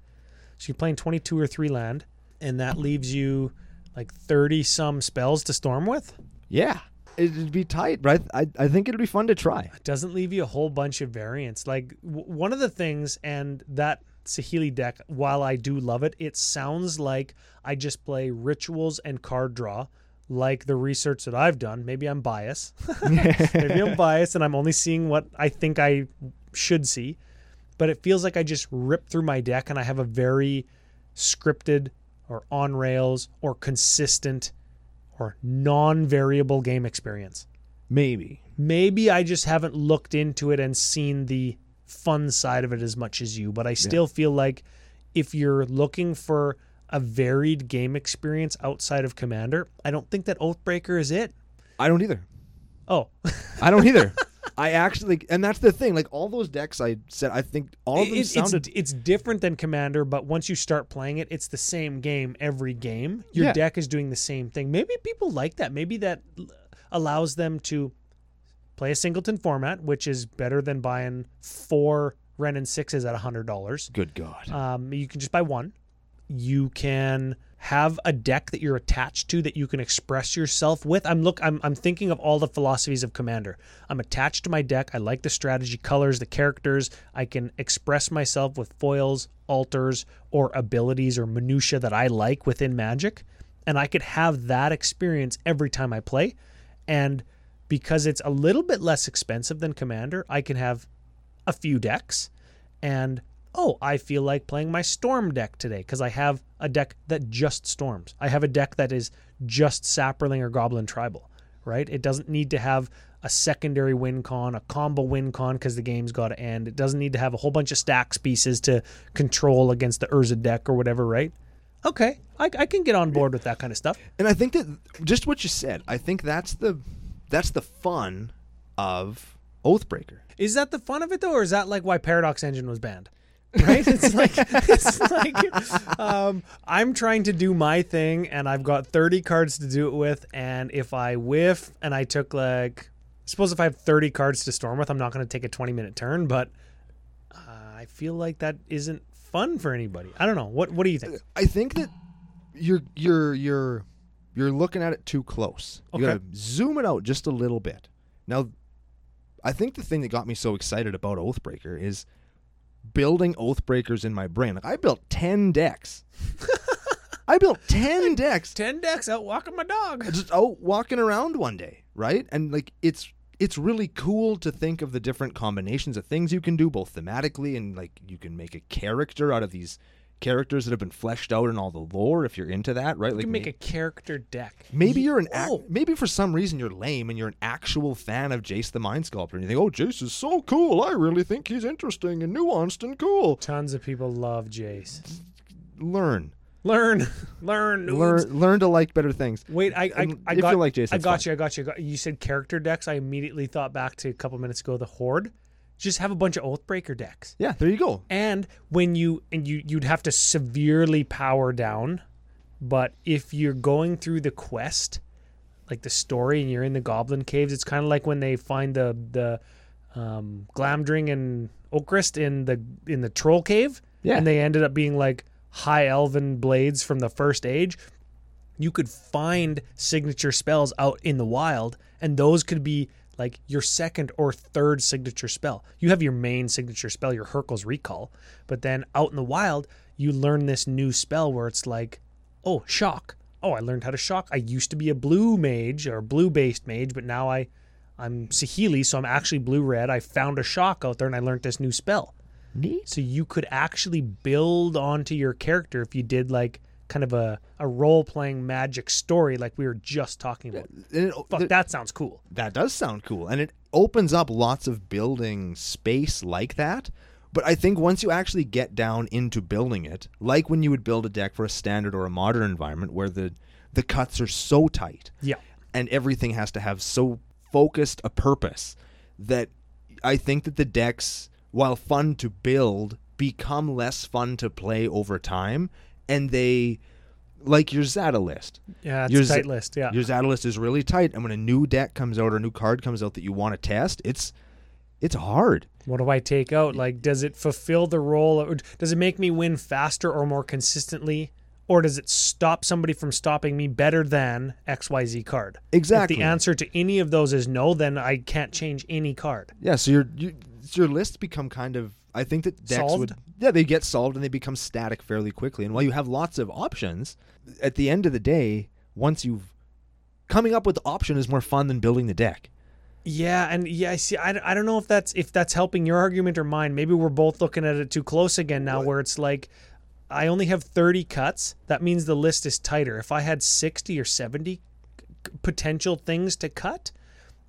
S2: So you're playing 22 or three land, and that leaves you like 30 some spells to storm with.
S1: yeah, it'd be tight, but I I, I think it'd be fun to try.
S2: doesn't leave you a whole bunch of variants. Like w- one of the things, and that Sahili deck, while I do love it, it sounds like I just play rituals and card draw. Like the research that I've done, maybe I'm biased. maybe I'm biased, and I'm only seeing what I think I should see. but it feels like I just ripped through my deck and I have a very scripted or on rails or consistent or non variable game experience.
S1: Maybe.
S2: Maybe I just haven't looked into it and seen the fun side of it as much as you, but I still feel like if you're looking for a varied game experience outside of Commander, I don't think that Oathbreaker is it.
S1: I don't either.
S2: Oh,
S1: I don't either. I actually, and that's the thing. Like all those decks I said, I think all of them
S2: It- it's-
S1: sounded.
S2: it's, different than Commander, but once you start playing it, it's the same game every game. Your
S1: Yeah.
S2: deck is doing the same thing. Maybe people like that. Maybe that l- allows them to play a singleton format, which is better than buying four Ren and sixes at hundred dollars.
S1: Good God.
S2: Um, you can just buy one. You can have a deck that you're attached to that you can express yourself with. I'm look. I'm I'm thinking of all the philosophies of Commander. I'm attached to my deck. I like the strategy, colors, the characters. I can express myself with foils, alters, or abilities or minutia that I like within Magic, and I could have that experience every time I play. And because it's a little bit less expensive than Commander, I can have a few decks and oh i feel like playing my storm deck today because i have a deck that just storms i have a deck that is just sapperling or goblin tribal right it doesn't need to have a secondary win con a combo win con because the game's got to end it doesn't need to have a whole bunch of stacks pieces to control against the urza deck or whatever right okay i, I can get on board with that kind of stuff
S1: And I think that just what you said, I think that's the that's the fun of Oathbreaker.
S2: Is that the fun of it though, or is that like why Paradox Engine was banned? Right? It's like it's like um, I'm trying to do my thing, and I've got 30 cards to do it with, and if I whiff, and I took like suppose if I have 30 cards to storm with, I'm not going to take a 20 minute turn, but uh, I feel like that isn't fun for anybody. I don't know. What What do you think?
S1: I think that you're you're you're you're looking at it too close. You
S2: Okay.
S1: gotta zoom it out just a little bit. Now I think the thing that got me so excited about Oathbreaker is building Oathbreakers in my brain. Like I built ten decks. I built ten decks
S2: 10 decks out walking my dog.
S1: just out walking around one day, right? And like it's it's really cool to think of the different combinations of things you can do both thematically and like you can make a character out of these characters that have been fleshed out in all the lore if you're into that, right?
S2: You
S1: Like
S2: can make
S1: may-
S2: a character deck.
S1: maybe you're an ac-
S2: Oh.
S1: maybe for some reason you're lame and you're an actual fan of Jace the Mind Sculptor and you think, "Oh, Jace is so cool. I really think he's interesting and nuanced and cool."
S2: Tons of people love Jace.
S1: Learn.
S2: Learn, learn, noobs.
S1: Learn learn to like better things.
S2: Wait, I I,
S1: And
S2: I
S1: if you
S2: got
S1: like Jason,
S2: I
S1: it's fine.
S2: got you. I got you. I got you. said character decks. I immediately thought back to a couple minutes ago the horde. Just have a bunch of oathbreaker decks.
S1: Yeah, there you go.
S2: And when you and you you'd have to severely power down, but if you're going through the quest, like the story, and you're in the goblin caves, it's kind of like when they find the the um, Glamdring and Oakrist in the in the troll cave,
S1: Yeah.
S2: and they ended up being like high elven blades from the first age. You could find signature spells out in the wild, and those could be like your second or third signature spell. You have your main signature spell, your Hercule's Recall, but then out in the wild, you learn this new spell where it's like, oh, shock. Oh, I learned how to shock. I used to be a blue mage or blue based mage, but now I, I'm Sahili, so I'm actually blue red. I found a shock out there and I learned this new spell.
S1: Neat.
S2: So you could actually build onto your character if you did like kind of a, a role playing magic story like we were just talking about.
S1: And it-
S2: Fuck,
S1: there-
S2: that sounds cool.
S1: That does sound cool. And it opens up lots of building space like that. But I think once you actually get down into building it, like when you would build a deck for a standard or a modern environment where the the cuts are so tight
S2: Yeah.
S1: and everything has to have so focused a purpose that I think that the decks, while fun to build, become less fun to play over time and they like your Zata list.
S2: Yeah, it's
S1: Your
S2: a
S1: Z-
S2: tight list. Yeah.
S1: Your Zata list is really tight, and when a new deck comes out or a new card comes out that you want to test, it's it's hard.
S2: What do I take out? Like, does it fulfill the role? Or does it make me win faster or more consistently? Or does it stop somebody from stopping me better than XYZ card?
S1: Exactly.
S2: If the answer to any of those is no, then I can't change any card.
S1: yeah, so your you, so your lists become kind of. I think that decks
S2: Solved?
S1: would. Yeah, they get solved and they become static fairly quickly. And while you have lots of options, at the end of the day, once you've coming up with the option is more fun than building the deck.
S2: Yeah, and yeah, I see. I, I don't know if that's if that's helping your argument or mine. Maybe we're both looking at it too close again now, where it's like, I only have thirty cuts. That means the list is tighter. If I had sixty or seventy c- potential things to cut,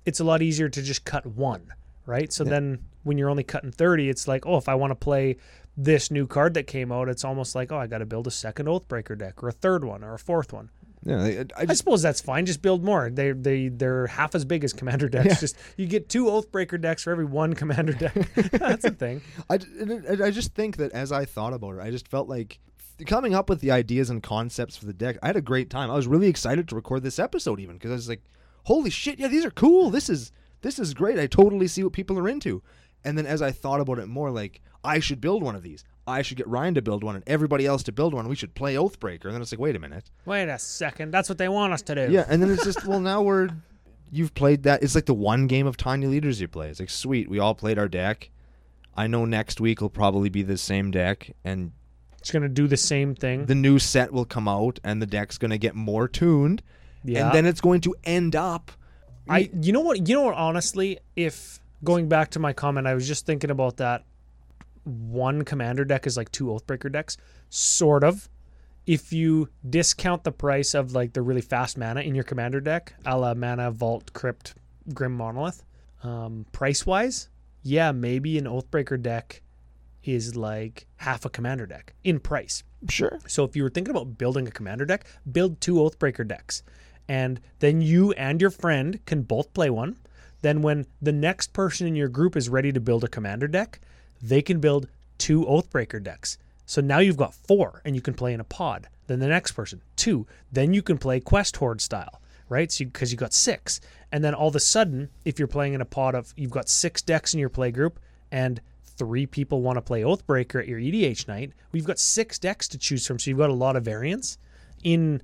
S2: it's a lot easier to just cut one, right? So then when you're only cutting thirty, it's like, oh, if I want to play this new card that came out, it's almost like, oh, I got to build a second Oathbreaker deck or a third one or a fourth one.
S1: Yeah, I, I
S2: I
S1: just
S2: suppose that's fine. Just build more. They they they're half as big as commander decks. Just you get two Oathbreaker decks for every one commander deck. that's a thing.
S1: I, I, I just think that as I thought about it, I just felt like coming up with the ideas and concepts for the deck. I had a great time. I was really excited to record this episode even because I was like, "Holy shit, yeah, these are cool. This is this is great. I totally see what people are into." And then as I thought about it more, like I should build one of these. I should get Ryan to build one and everybody else to build one. We should play Oathbreaker. And then it's like, wait a minute.
S2: Wait a second. That's what they want us to do.
S1: Yeah, and then it's just well now we're you've played that. It's like the one game of Tiny Leaders you play. It's like sweet, we all played our deck. I know next week will probably be the same deck, and
S2: It's gonna do the same thing.
S1: the new set will come out, and the deck's gonna get more tuned,
S2: yeah.
S1: and then it's going to end up.
S2: I you know what you know what honestly if going back to my comment I was just thinking about that one commander deck is like two oathbreaker decks sort of if you discount the price of like the really fast mana in your commander deck a la mana vault crypt grim monolith um, price wise yeah maybe an oathbreaker deck is like half a commander deck in price
S1: Sure.
S2: so if you were thinking about building a commander deck, build two Oathbreaker decks. And then you and your friend can both play one. Then when the next person in your group is ready to build a commander deck, they can build two Oathbreaker decks. So now you've got four and you can play in a pod. Then the next person, two. Then you can play Quest Horde style, right? So because you, got six. And then all of a sudden, if you're playing in a pod of you've got six decks in your play group and three people want to play Oathbreaker at your EDH night, we've got six decks to choose from. So you've got a lot of variance in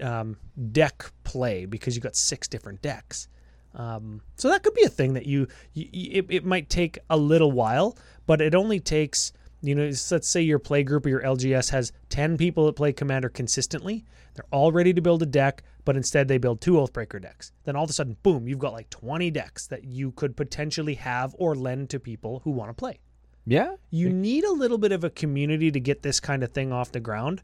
S2: um, deck play because you've got six different decks. Um, so that could be a thing that you, you you- it, it might take a little while, but it only takes you know s- let's say your play group or your LGS has ten people that play Commander consistently. They're all ready to build a deck, but instead they build two Oathbreaker decks. Then all of a sudden, boom! You've got like twenty decks that you could potentially have or lend to people who want to play
S1: Yeah.
S2: you need a little bit of a community to get this kind of thing off the ground.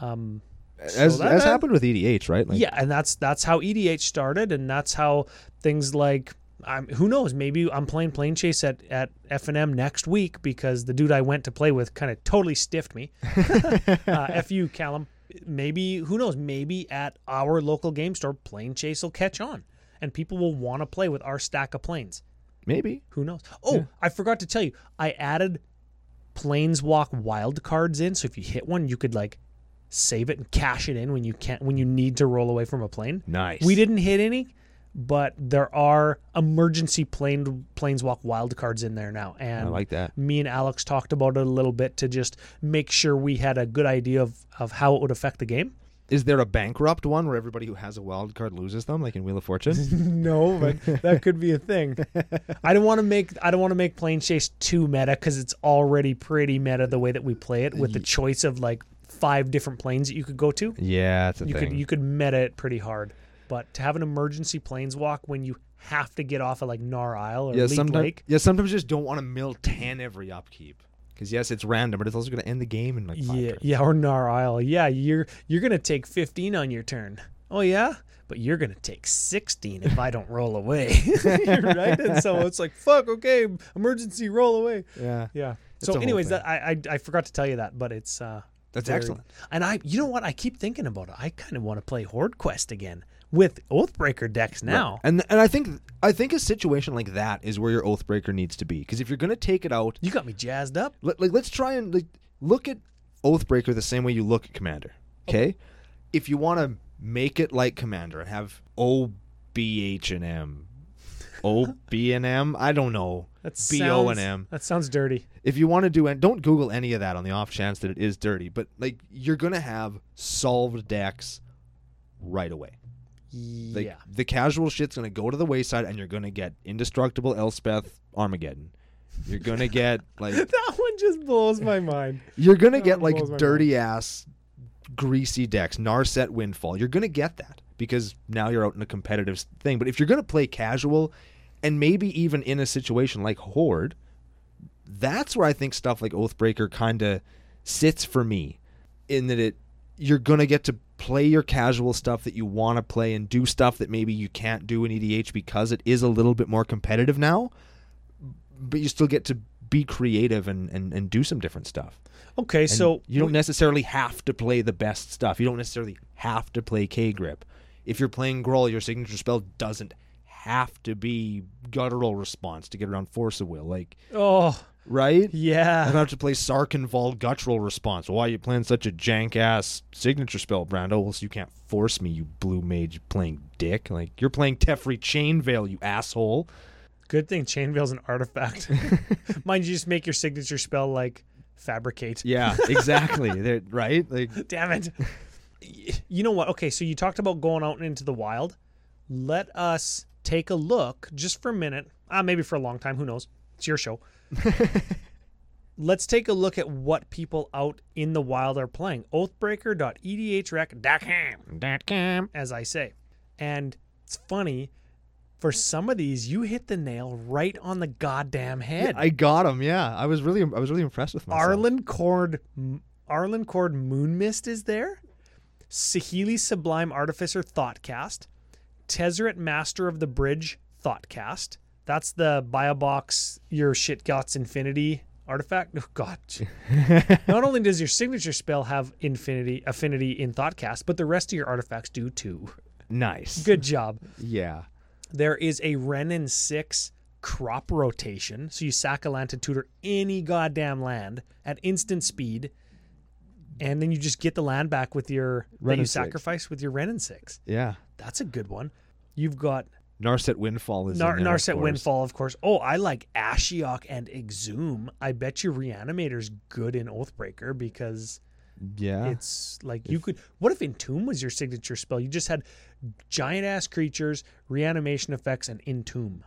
S2: Um,
S1: As
S2: that-
S1: as
S2: that-
S1: happened with EDH, right? Like,
S2: yeah, and that's that's how EDH started, and that's how things like I'm, who knows, maybe I'm playing Plane Chase at at FNM next week because the dude I went to play with kind of totally stiffed me. uh, Fu Callum, maybe who knows, maybe at our local game store, Plane Chase will catch on, and people will want to play with our stack of planes.
S1: Maybe.
S2: Who knows? Oh, I forgot to tell you, I added planeswalk wild cards in, so if you hit one, you could like save it and cash it in when you can't when you need to roll away from a plane.
S1: Nice.
S2: We didn't hit any, but there are emergency plane planeswalk wild cards in there now. And
S1: I like that.
S2: me and Alex talked about it a little bit to just make sure we had a good idea of, of how it would affect the game.
S1: Is there a bankrupt one where everybody who has a wild card loses them, like in Wheel of Fortune?
S2: no, but that could be a thing. I don't want to make I don't want to make Plane Chase too meta because it's already pretty meta the way that we play it with the choice of like five different planes that you could go to.
S1: yeah, it's a
S2: You
S1: thing.
S2: could you could meta it pretty hard, but to have an emergency planeswalk when you have to get off of like Nar Isle or
S1: yeah,
S2: Leap
S1: sometimes.
S2: Lake.
S1: Yeah, sometimes you just don't want to mill ten every upkeep. Because yes, it's random, but it's also going to end the game in like five
S2: Yeah,
S1: turns.
S2: yeah, or Nar Isle. Yeah, you're you're gonna take fifteen on your turn. Oh yeah, but you're gonna take sixteen if I don't roll away. right, and so it's like fuck. Okay, emergency, roll away.
S1: Yeah.
S2: Yeah.
S1: It's a
S2: so,
S1: whole
S2: anyways,
S1: thing.
S2: that, I, I I forgot to tell you that, but it's uh
S1: That's
S2: very-
S1: excellent.
S2: And I, you know what, I keep thinking about it. I kind of want to play Horde Quest again with Oathbreaker decks now.
S1: And and I think I think a situation like that is where your Oathbreaker needs to be because if you're going to take it out,
S2: You got me jazzed up.
S1: let, like let's try and like look at Oathbreaker the same way you look at Commander. Okay, if you want to make it like Commander and have O B H and M, O B and M, I don't know,
S2: That's
S1: B O and M.
S2: That sounds dirty.
S1: If you want to do and don't Google any of that on the off chance that it is dirty, but like you're gonna have solved decks right away. Like,
S2: yeah.
S1: The casual shit's gonna go to the wayside, and you're gonna get indestructible Elspeth Armageddon. You're gonna get like
S2: That one just blows my mind.
S1: you're gonna
S2: That
S1: get
S2: one
S1: like
S2: blows my
S1: dirty ass, greasy decks, Narset Windfall. You're gonna get that because now you're out in a competitive s- thing. But if you're gonna play casual, and maybe even in a situation like Horde, that's where I think stuff like Oathbreaker kind of sits for me, in that it you're gonna get to play your casual stuff that you want to play and do stuff that maybe you can't do in EDH because it is a little bit more competitive now, but you still get to be creative and and, and do some different stuff.
S2: Okay,
S1: And
S2: so
S1: you don't necessarily have to play the best stuff. You don't necessarily have to play K grip. If you're playing Groll, your signature spell doesn't have to be guttural response to get around force of will. Like
S2: oh
S1: right? I don't
S2: yeah,
S1: have to play Sarkinvald guttural response. Why are you playing such a jank ass signature spell, Brando? Well, so you can't force me, you blue mage playing dick. Like you're playing Teferi Chainveil, you asshole.
S2: good thing Chainveil's an artifact. Mind you, just make your signature spell like fabricate.
S1: Yeah, exactly. They're- right? Like
S2: Damn it. Y- You know what? Okay, so you talked about going out and into the wild. Let us take a look just for a minute. Ah, maybe for a long time. Who knows? It's your show. Let's take a look at what people out in the wild are playing. Oathbreaker.edhrec.com
S1: that cam.
S2: as I say. And it's funny, for some of these, you hit the nail right on the goddamn head.
S1: I got him. Yeah, I was really, I was really impressed with myself.
S2: Arlen Cord, Arlen Cord Moon Mist is there. Sahili Sublime Artificer Thoughtcast. Tezzeret Master of the Bridge Thoughtcast. That's the Biobox Your Shit Gots Infinity artifact. Oh God! Not only does your signature spell have infinity affinity in Thoughtcast, but the rest of your artifacts do too.
S1: Nice.
S2: Good job.
S1: Yeah.
S2: There is a Renin 6 crop rotation. So you sack a land to tutor any goddamn land at instant speed. And then you just get the land back with your that
S1: Renin
S2: you
S1: 6.
S2: sacrifice with your Renin 6.
S1: Yeah.
S2: That's a good one. You've got
S1: Narset Windfall is
S2: Nar-
S1: in there, of
S2: Narset
S1: course.
S2: Windfall, of course. Oh, I like Ashiok and Exhum. I bet you Reanimator's good in Oathbreaker because
S1: Yeah.
S2: it's like you could. What if Entomb was your signature spell? You just had giant ass creatures, reanimation effects, and Entomb.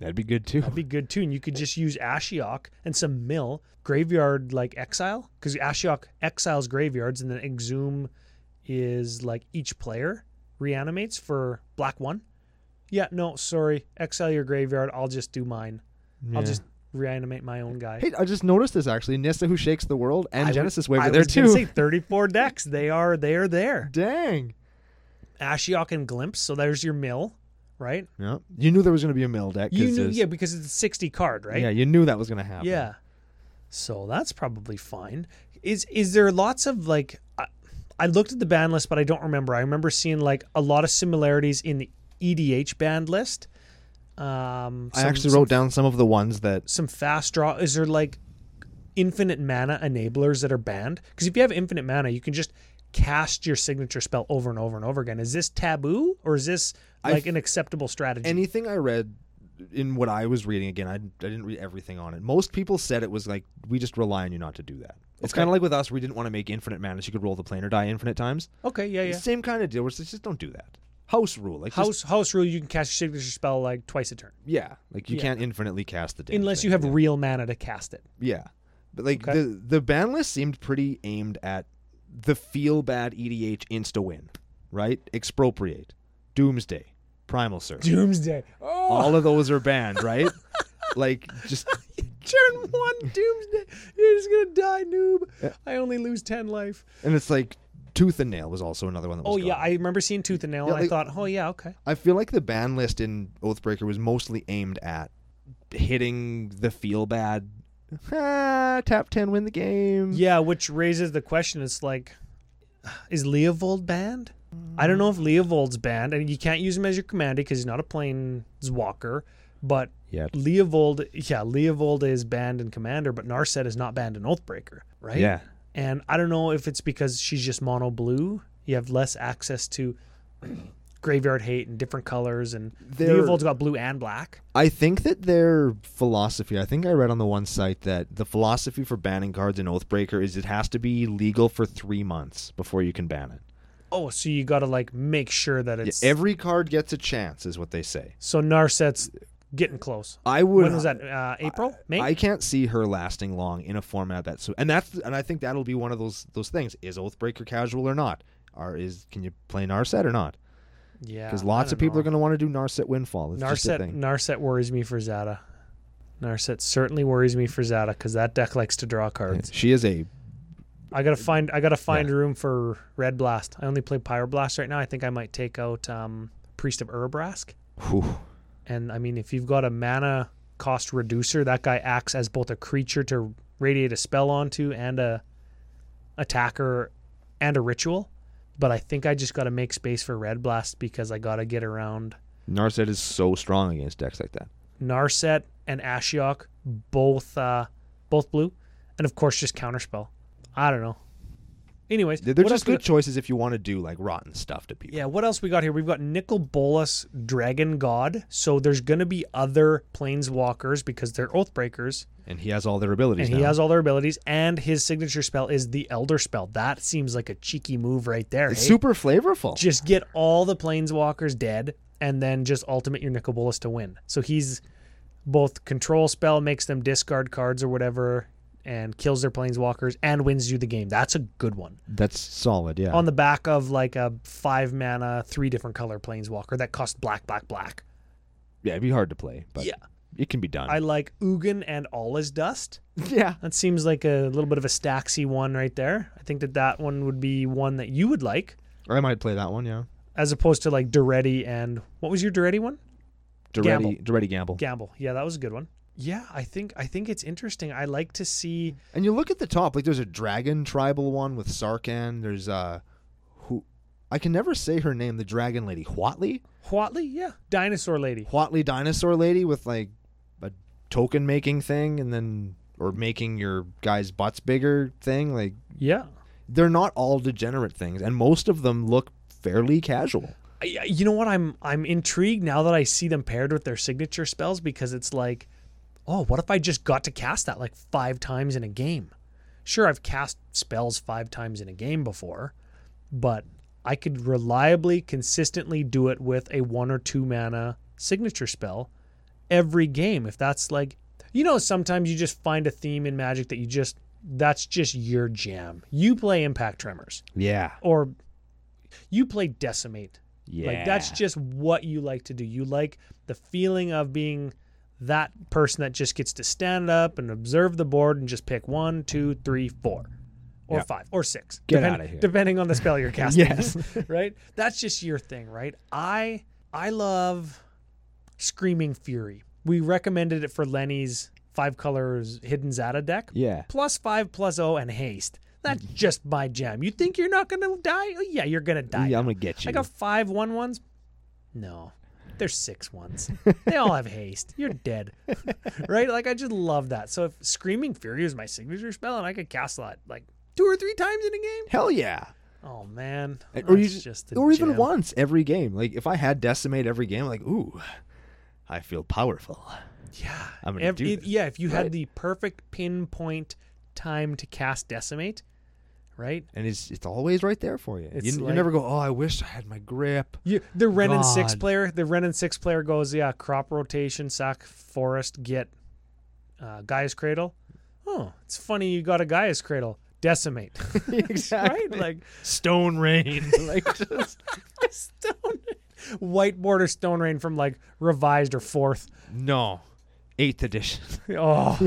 S1: That'd be good too.
S2: That'd be good too. And you could just use Ashiok and some mill graveyard like exile because Ashiok exiles graveyards and then Exhum is like each player reanimates for black one. Yeah, no, sorry. Exile your graveyard. I'll just do mine.
S1: Yeah.
S2: I'll just reanimate my own guy.
S1: Hey, I just noticed this actually. Nissa who shakes the world and
S2: I would-
S1: Genesis Wave
S2: I
S1: are there
S2: was gonna
S1: too.
S2: Say 34 decks. They are they are there.
S1: Dang.
S2: Ashiok and Glimpse. So there's your mill, right?
S1: Yeah. You knew there was going to be a mill deck. 'cause
S2: You knew,
S1: there's-
S2: yeah, because it's a 60 card, right?
S1: Yeah, you knew that was going to happen.
S2: Yeah. So that's probably fine. Is is there lots of like I, I looked at the band list but I don't remember. I remember seeing like a lot of similarities in the EDH band list. Um
S1: I
S2: some-
S1: actually
S2: some,
S1: wrote down some of the ones that.
S2: some fast draw is there like infinite mana enablers that are banned? Cuz if you have infinite mana, you can just cast your signature spell over and over and over again. Is this taboo or is this
S1: I
S2: like
S1: f-
S2: an acceptable strategy?
S1: Anything I read in what I was reading again, I, I didn't read everything on it. Most people said it was like we just rely on you not to do that. It's
S2: Okay.
S1: kind of like with us. We didn't want to make infinite mana. so You could roll the planar die infinite times.
S2: okay, yeah, yeah.
S1: Same kind of deal. Where it's just don't do that. House rule. Like just
S2: House house rule you can cast your signature spell like twice a turn.
S1: Yeah, like you
S2: Yeah.
S1: can't infinitely cast the damn
S2: unless
S1: thing.
S2: you have real mana to cast it.
S1: yeah, but like
S2: Okay.
S1: the the ban list seemed pretty aimed at the feel bad EDH insta win, right? Expropriate, Doomsday, Primal Surge.
S2: Doomsday. Oh,
S1: All of those are banned, right? like just
S2: turn one, Doomsday. You're just gonna die, noob. I only lose ten life.
S1: and it's like Tooth and Nail was also another one that was.
S2: Oh yeah,
S1: gone.
S2: I remember seeing Tooth and Nail,
S1: Yeah,
S2: and I
S1: like-
S2: thought, oh yeah, okay.
S1: I feel like the ban list in Oathbreaker was mostly aimed at hitting the feel bad. Ah, tap ten, win the game.
S2: Yeah, which raises the question: It's like, is Leovold banned? I don't know if Leovold's banned, and you can't use him as your commander because he's not a planeswalker. But
S1: Yet.
S2: Leovold, yeah, Leovold is banned in commander, but Narset is not banned in Oathbreaker, right?
S1: Yeah.
S2: and I don't know if it's because she's just mono blue. You have less access to graveyard hate and different colors, and
S1: There-
S2: Leovold's got blue and black.
S1: I think that their philosophy, I think I read on the one site that the philosophy for banning cards in Oathbreaker is it has to be legal for three months before you can ban it.
S2: Oh, so you got to like make sure that
S1: Yeah,
S2: it's
S1: every card gets a chance, is what they say.
S2: so Narset's getting close.
S1: I would.
S2: When was that? Uh, April, May.
S1: I can't see her lasting long in a format that so, and that's, and I think that'll be one of those those things: is Oathbreaker casual or not? Or is can you play Narset or not?
S2: Yeah.
S1: because lots of people are going to want to do Narset Windfall. It's just a
S2: Narset
S1: thing.
S2: Narset worries me for Zada. Narset certainly worries me for Zada because that deck likes to draw cards.
S1: She is a
S2: I gotta find I gotta find
S1: Yeah.
S2: room for Red Blast. I only play Pyroblast right now. I think I might take out um, Priest of Urabrask.
S1: whew,
S2: And I mean, if you've got a mana cost reducer, that guy acts as both a creature to radiate a spell onto and a attacker and a ritual. But I think I just got to make space for Red Blast because I got to get around
S1: Narset is so strong against decks like that.
S2: Narset and Ashiok, both uh, both blue, and of course just counterspell. I don't know. Anyways,
S1: They're
S2: what else
S1: just
S2: we
S1: good choices if you want to do like rotten stuff to people.
S2: Yeah, what else we got here? We've got Nicol Bolas, Dragon God. So there's going to be other planeswalkers because they're Oathbreakers.
S1: And he has all their abilities.
S2: and
S1: now.
S2: he has all their abilities and his signature spell is the elder spell that seems like a cheeky move right there
S1: it's
S2: hey?
S1: super flavorful.
S2: just get all the planeswalkers dead and then just ultimate your Nicobolus to win so he's both control spell makes them discard cards or whatever and kills their planeswalkers and wins you the game that's a good one
S1: That's solid. Yeah.
S2: on the back of like a five mana three different color planeswalker that costs black black black
S1: yeah, it'd be hard to play, but yeah, it can be done.
S2: i like ugin and all is dust
S1: yeah.
S2: That seems like a little bit of a stacksy one right there. I think that that one would be one that you would like,
S1: Or I might play that one. Yeah.
S2: as opposed to like Duretti and what was your Duretti one? Gamble.
S1: Duretti, Duretti Gamble.
S2: Gamble. Yeah, that was a good one. Yeah, I think I think it's interesting. I like to see.
S1: And you look at the top, like there's a dragon tribal one with Sarkhan. There's uh who I can never say her name, the dragon lady. Huatli?
S2: Huatli, yeah, dinosaur lady.
S1: Huatli dinosaur lady with like a token making thing and then or making your guys' butts bigger thing. Like
S2: Yeah,
S1: they're not all degenerate things, and most of them look fairly casual.
S2: I, I- you know what? I'm I'm intrigued now that I see them paired with their signature spells because it's like, oh, what if I just got to cast that like five times in a game? Sure, I've cast spells five times in a game before, but I could reliably, consistently do it with a one or two mana signature spell every game. If that's like, you know, sometimes you just find a theme in Magic that you just that's just your jam. You play Impact Tremors
S1: Yeah.
S2: or you play Decimate.
S1: Yeah.
S2: Like that's just what you like to do. You like the feeling of being that person that just gets to stand up and observe the board and just pick one, two, three, four, or
S1: Yeah.
S2: five, or six.
S1: Get outta here.
S2: Depending on the spell you're casting.
S1: Yes.
S2: right? That's just your thing, right? I I love Screaming Fury. We recommended it for Lenny's five colors hidden Zata deck
S1: Yeah.
S2: plus five plus oh and haste. That's just my jam. You think you're not gonna die? Oh, yeah, you're gonna die.
S1: Yeah, I'm gonna get you.
S2: I got five one ones. No, there's six ones. they all have haste. You're dead, right? Like I just love that. So if Screaming Fury is my signature spell, and I could cast that like two or three times in a game.
S1: Hell yeah.
S2: Oh man,
S1: Uh, or you
S2: That's just the
S1: or even
S2: jam.
S1: once every game. Like if I had decimate every game, like ooh, I feel powerful.
S2: Yeah,
S1: I'm gonna do
S2: if-
S1: this,
S2: yeah. If you
S1: right?
S2: had the perfect pinpoint time to cast Decimate, right?
S1: And it's it's always right there for you. You,
S2: It's
S1: you
S2: like-
S1: never go, oh, I wish I had my grip.
S2: You, the Renan six
S1: God.
S2: player, the Renan six player goes, yeah, crop rotation, sack forest, get uh, Gaia's cradle. Oh, it's funny you got a Gaia's cradle. Decimate,
S1: exactly.
S2: right? Like
S1: Stone rain. like just
S2: stone, white border stone rain from like revised or fourth.
S1: no, eighth edition.
S2: Oh,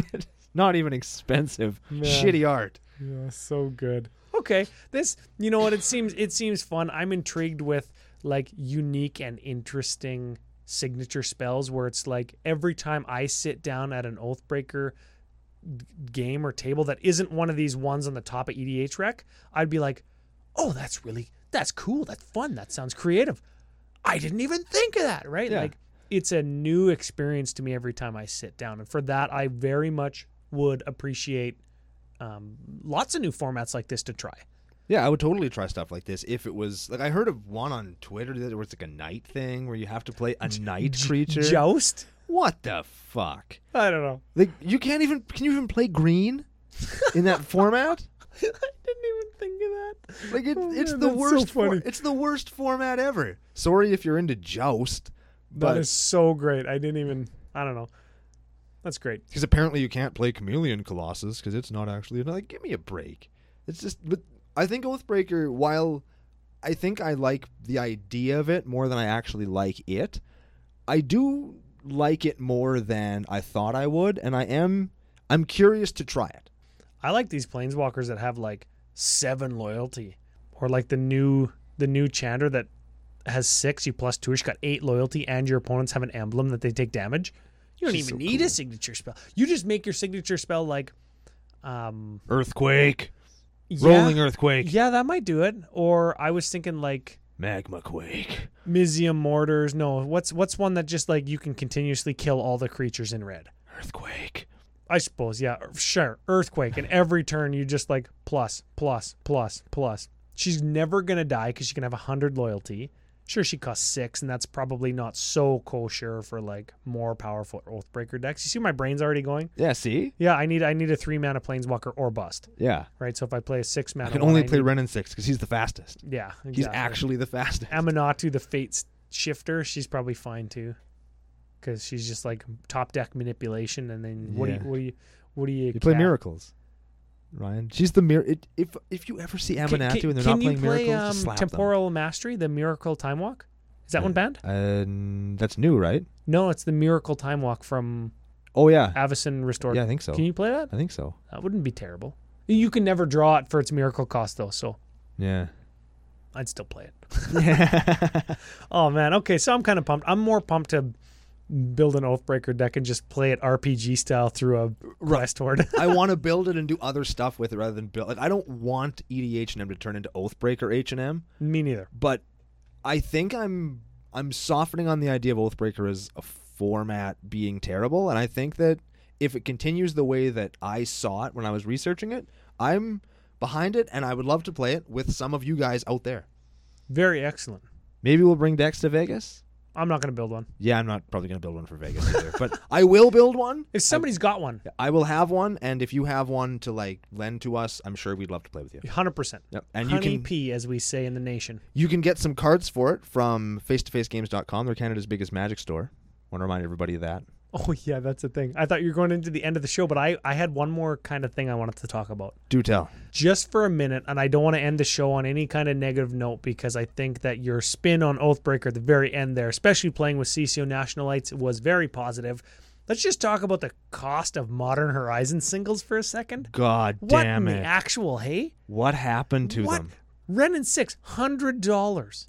S1: Not even expensive.
S2: Man.
S1: Shitty art.
S2: Yeah, so good. Okay, this you know what it seems it seems fun. I'm intrigued with like unique and interesting signature spells where it's like every time I sit down at an Oathbreaker g- game or table that isn't one of these ones on the top of EDH rec, I'd be like, "Oh, that's really that's cool. That's fun. That sounds creative. I didn't even think of that." Right?
S1: Yeah.
S2: Like it's a new experience to me every time I sit down, and for that, I very much would appreciate um, lots of new formats like this to try.
S1: Yeah, I would totally try stuff like this if it was like I heard of one on Twitter that was like a night thing where you have to play a night creature.
S2: Joust?
S1: what the fuck?
S2: I don't know.
S1: Like you can't even can you even play green in that format?
S2: I didn't even think of that.
S1: Like it,
S2: Oh,
S1: it's
S2: man,
S1: the
S2: that's so
S1: worst. for,
S2: funny.
S1: it's the worst format ever. Sorry if you're into joust, but
S2: that is so great. I didn't even. I don't know. That's great.
S1: because apparently you can't play Chameleon Colossus because it's not actually like. Give me a break. It's just. But I think Oathbreaker, while I think I like the idea of it more than I actually like it. I do like it more than I thought I would, and I am I'm curious to try it.
S2: I like these planeswalkers that have like seven loyalty, or like the new the new Chander that has six. You plus two. She's got eight loyalty, and your opponents have an emblem that they take damage. You don't
S1: She's
S2: even
S1: so
S2: need a
S1: cool.
S2: signature spell. You just make your signature spell like, um,
S1: Earthquake,
S2: yeah,
S1: earthquake,
S2: Yeah, that might do it. Or I was thinking like
S1: magma quake.
S2: Mizium mortars. No, what's what's one that just like you can continuously kill all the creatures in red.
S1: Earthquake.
S2: I suppose, yeah, er- sure. Earthquake, and every turn you just like plus, plus, plus, plus. She's never gonna die because she can have hundred loyalty. Sure, she costs six, and that's probably not so kosher for like more powerful Oathbreaker decks. You see, my brain's already going.
S1: Yeah, see?
S2: Yeah, I need I need a three mana Planeswalker or bust,
S1: Yeah.
S2: right? So if I play a six mana,
S1: I can only
S2: one, I
S1: play
S2: need-
S1: Ren and Six because he's the fastest.
S2: yeah, exactly.
S1: He's actually the fastest.
S2: Aminatu, the Fates Shifter. She's probably fine too, because she's just like top deck manipulation, and then what
S1: Yeah.
S2: do you what do you what do you?
S1: You play
S2: cap-
S1: miracles, Ryan. She's the mirror. If if you ever see
S2: Can-
S1: Aminatu
S2: can-
S1: and they're
S2: can
S1: not
S2: you
S1: playing
S2: play,
S1: miracles,
S2: um,
S1: just slap
S2: Temporal Mastery, the Miracle Time Walk. Is that one banned?
S1: them. Uh, that's new, right?
S2: No, it's the Miracle Time Walk from
S1: Oh yeah,
S2: Avison Restored.
S1: yeah. I think so.
S2: Can you play that?
S1: I think so.
S2: That wouldn't be terrible. You can never draw it for its miracle cost though, so
S1: Yeah.
S2: I'd still play it. Oh man, okay, so I'm kind of pumped. I'm more pumped to build an Oathbreaker deck and just play it RPG style through a Rust Horde.
S1: I want to build it and do other stuff with it rather than build. Like I don't want EDH and M to turn into Oathbreaker H and M,
S2: Me neither.
S1: but I think I'm I'm softening on the idea of Oathbreaker as a format being terrible, and I think that if it continues the way that I saw it when I was researching it, I'm behind it, and I would love to play it with some of you guys out there.
S2: Very excellent.
S1: Maybe we'll bring decks to Vegas.
S2: I'm not going to build one.
S1: Yeah, I'm not probably going to build one for Vegas either, but I will build one.
S2: If somebody's got one,
S1: I will have one, and if you have one to like lend to us, I'm sure we'd love to play with you.
S2: 100%.
S1: Yep. And you
S2: Honey
S1: can
S2: pea, as we say in the nation.
S1: you can get some cards for it from face-to-facegames.com. They're Canada's biggest magic store. Want to remind everybody of that.
S2: Oh yeah, that's the thing. I thought you were going into the end of the show, but I I had one more kind of thing I wanted to talk about
S1: Do tell.
S2: just for a minute, and I don't want to end the show on any kind of negative note because I think that your spin on Oathbreaker at the very end there, especially playing with CCO Nationalites, was very positive. Let's just talk about the cost of Modern Horizon singles for a second.
S1: God
S2: What
S1: damn
S2: in
S1: it.
S2: the actual hey?
S1: what happened to
S2: what?
S1: them?
S2: Ren and six hundred dollars.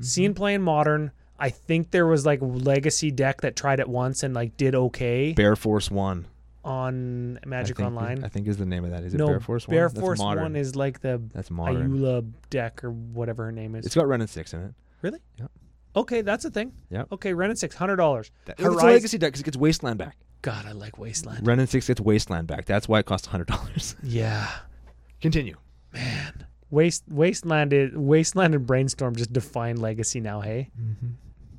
S2: Seen playing modern. I think there was like legacy deck that tried it once and like did okay
S1: Bear Force 1.
S2: on
S1: I
S2: Magic
S1: think-
S2: Online.
S1: I think is the name of that. Is it
S2: no,
S1: Bear Force 1?
S2: Bear
S1: That's
S2: Force
S1: modern.
S2: One is like the
S1: That's modern.
S2: Ayula deck or whatever her name is.
S1: It's got Ren and 6 in it.
S2: really?
S1: Yep.
S2: Okay, that's a thing.
S1: Yep.
S2: Okay, Ren and six hundred dollars.
S1: It's a legacy deck because it gets Wasteland back.
S2: God, I like Wasteland.
S1: Ren and 6 gets Wasteland back. That's why it costs $100.
S2: Yeah.
S1: Continue.
S2: Waste Wasteland is, Wasteland and Brainstorm just define legacy now, hey?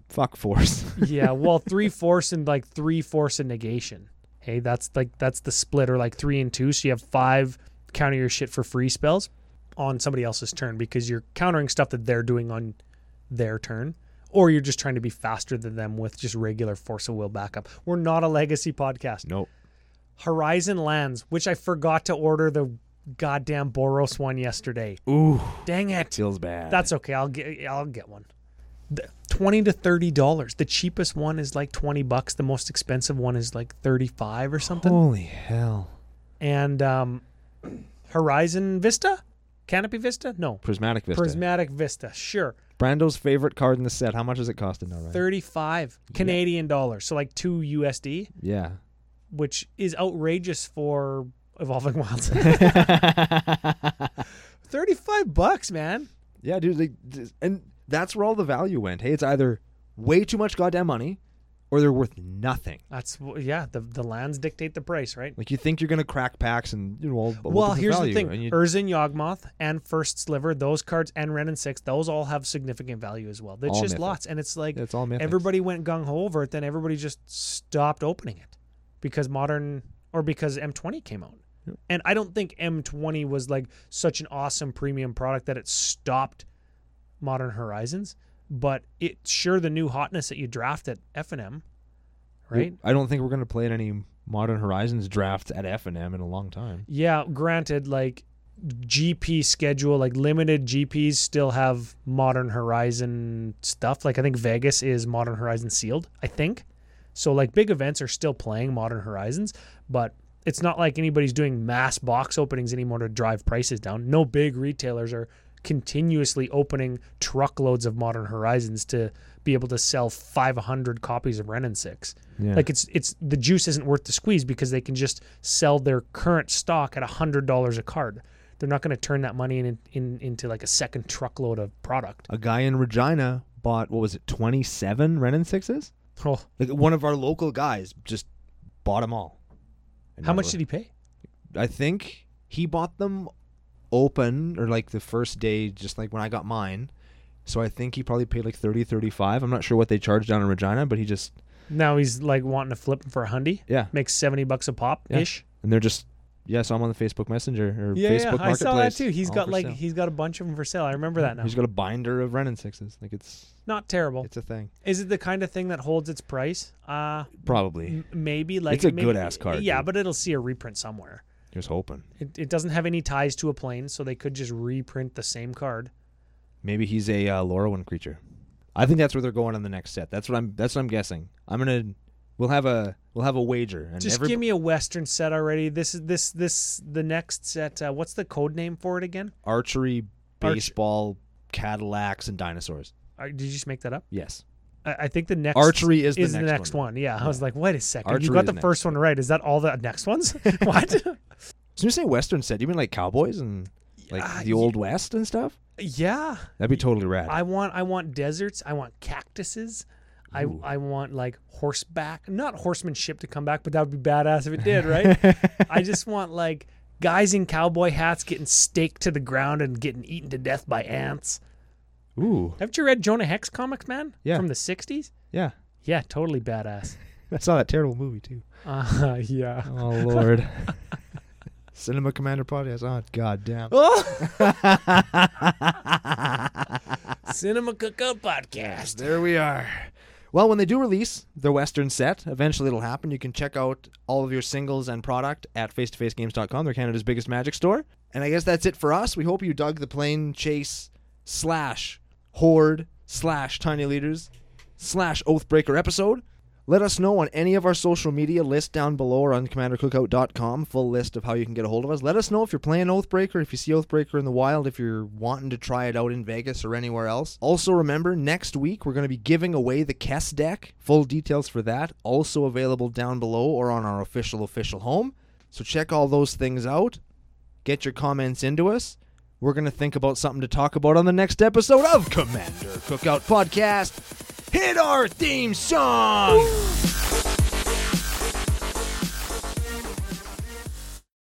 S1: Fuck Force.
S2: yeah, well, three force and like three force and negation. Hey, that's like that's the split or like three and two. So you have five counter your shit for free spells on somebody else's turn because you're countering stuff that they're doing on their turn, or you're just trying to be faster than them with just regular force of will backup. We're not a legacy podcast.
S1: nope.
S2: Horizon Lands, which I forgot to order the goddamn Boros one yesterday.
S1: Ooh.
S2: Dang it.
S1: Feels bad.
S2: That's okay. I'll get I'll get one. The- Twenty to thirty dollars. The cheapest one is like twenty bucks. The most expensive one is like thirty five or something.
S1: Holy hell.
S2: And um, Horizon Vista, Canopy Vista, no,
S1: Prismatic Vista.
S2: Prismatic Vista. Sure,
S1: Brando's favorite card in the set. How much does it cost in now, right?
S2: thirty five Canadian dollars. So like two USD,
S1: Yeah.
S2: which is outrageous for Evolving Wilds. thirty five bucks, man.
S1: Yeah, dude. Like, th- and that's where all the value went. Hey, it's either way too much goddamn money, or they're worth nothing.
S2: That's yeah. The the lands dictate the price, right?
S1: Like you think you're gonna crack packs and you know, well, but look
S2: Well,
S1: at
S2: here's
S1: value,
S2: the thing: Er,
S1: and you-
S2: Urzin Yawgmoth and First Sliver, those cards, and Ren and Six, those all have significant value as well. It's
S1: All
S2: just
S1: mythic.
S2: lots, and it's like
S1: it's all mythic.
S2: everybody went gung ho over it, then everybody just stopped opening it because modern or because M20 came out.
S1: Yep.
S2: And I don't think M20 was like such an awesome premium product that it stopped Modern Horizons, but it sure the new hotness that you draft at F and M, right?
S1: I don't think we're gonna play in any Modern Horizons drafts at F and M in a long time.
S2: Yeah, granted, like GP schedule, like limited GPs still have Modern Horizon stuff. Like I think Vegas is Modern Horizon sealed, I think. So like big events are still playing Modern Horizons, but it's not like anybody's doing mass box openings anymore to drive prices down. No big retailers are continuously opening truckloads of Modern Horizons to be able to sell 500 copies of Ren and 6.
S1: Yeah.
S2: Like it's it's the juice isn't worth the squeeze because they can just sell their current stock at $100 a card. They're not going to turn that money in, in into like a second truckload of product.
S1: a guy in Regina bought what was it, twenty seven Renin sixes?
S2: Oh,
S1: Like one of our local guys just bought them all. And
S2: how
S1: now
S2: much
S1: we're-
S2: did he pay?
S1: I think he bought them open or like the first day, just like when I got mine. So I think he probably paid like 30 35 I'm not sure what they charged down in Regina, but he just,
S2: Now he's like wanting to flip him for a hundy.
S1: yeah.
S2: Makes 70 bucks a pop ish.
S1: And they're just, yeah, I saw him on the Facebook Messenger or Facebook
S2: I
S1: Marketplace.
S2: saw that too. He's
S1: all
S2: got
S1: for
S2: like
S1: sale.
S2: he's got a bunch of them for sale. I remember that now.
S1: He's got a binder of Renin sixes. Like it's,
S2: Not terrible.
S1: it's a thing.
S2: Is it the kind of thing that holds its price? Uh
S1: Probably.
S2: m- maybe like
S1: It's a
S2: maybe-
S1: good-ass card,
S2: Yeah,
S1: dude.
S2: but it'll see a reprint somewhere.
S1: Just hoping.
S2: It, it doesn't have any ties to a plane, so they could just reprint the same card.
S1: Maybe he's a uh, Lorwyn creature. I think that's where they're going on the next set. That's what I'm. That's what I'm guessing. I'm gonna. We'll have a. We'll have a wager. And
S2: Just
S1: every-
S2: give me a Western set already. This is this this the next set. Uh, what's the code name for it again?
S1: archery,
S2: Arch-
S1: baseball, Cadillacs, and dinosaurs.
S2: Uh, did you just make that up?
S1: Yes,
S2: I, I think the next
S1: archery is the
S2: is
S1: next, one.
S2: one. Yeah, I was like, wait a second,
S1: Archery
S2: you got
S1: is
S2: the
S1: next.
S2: first one right. Is that all the next ones? what?
S1: So you say Western set? You mean like cowboys and like
S2: Ah,
S1: the
S2: ye-
S1: old West and stuff?
S2: yeah,
S1: That'd be totally rad.
S2: I want I want deserts. I want cactuses. I, I want like horseback, not horsemanship to come back, but that would be badass if it did, right? I just want like guys in cowboy hats getting staked to the ground and getting eaten to death by ants.
S1: Ooh,
S2: Haven't you read Jonah Hex comics, man?
S1: Yeah.
S2: From the '60s.
S1: yeah.
S2: Yeah, totally badass.
S1: I saw that terrible movie too.
S2: Uh, yeah.
S1: Oh lord. Cinema Commander podcast. Oh god damn.
S2: Cinema Cookout Podcast.
S1: There we are. Well, when they do release their Western set, eventually it'll happen. You can check out all of your singles and product at face2facegames.com. They're Canada's biggest magic store. And I guess that's it for us. We hope you dug the plane chase slash horde slash tiny leaders slash oathbreaker episode. Let us know on any of our social media list down below or on commandercookout.com, full list of how you can get a hold of us. Let us know if you're playing Oathbreaker, if you see Oathbreaker in the wild, if you're wanting to try it out in Vegas or anywhere else. Also, remember, next week we're going to be giving away the Kess deck. Full details for that, also available down below or on our official, official home. So check all those things out. Get your comments into us. We're going to think about something to talk about on the next episode of Commander Cookout Podcast. Hit our theme song!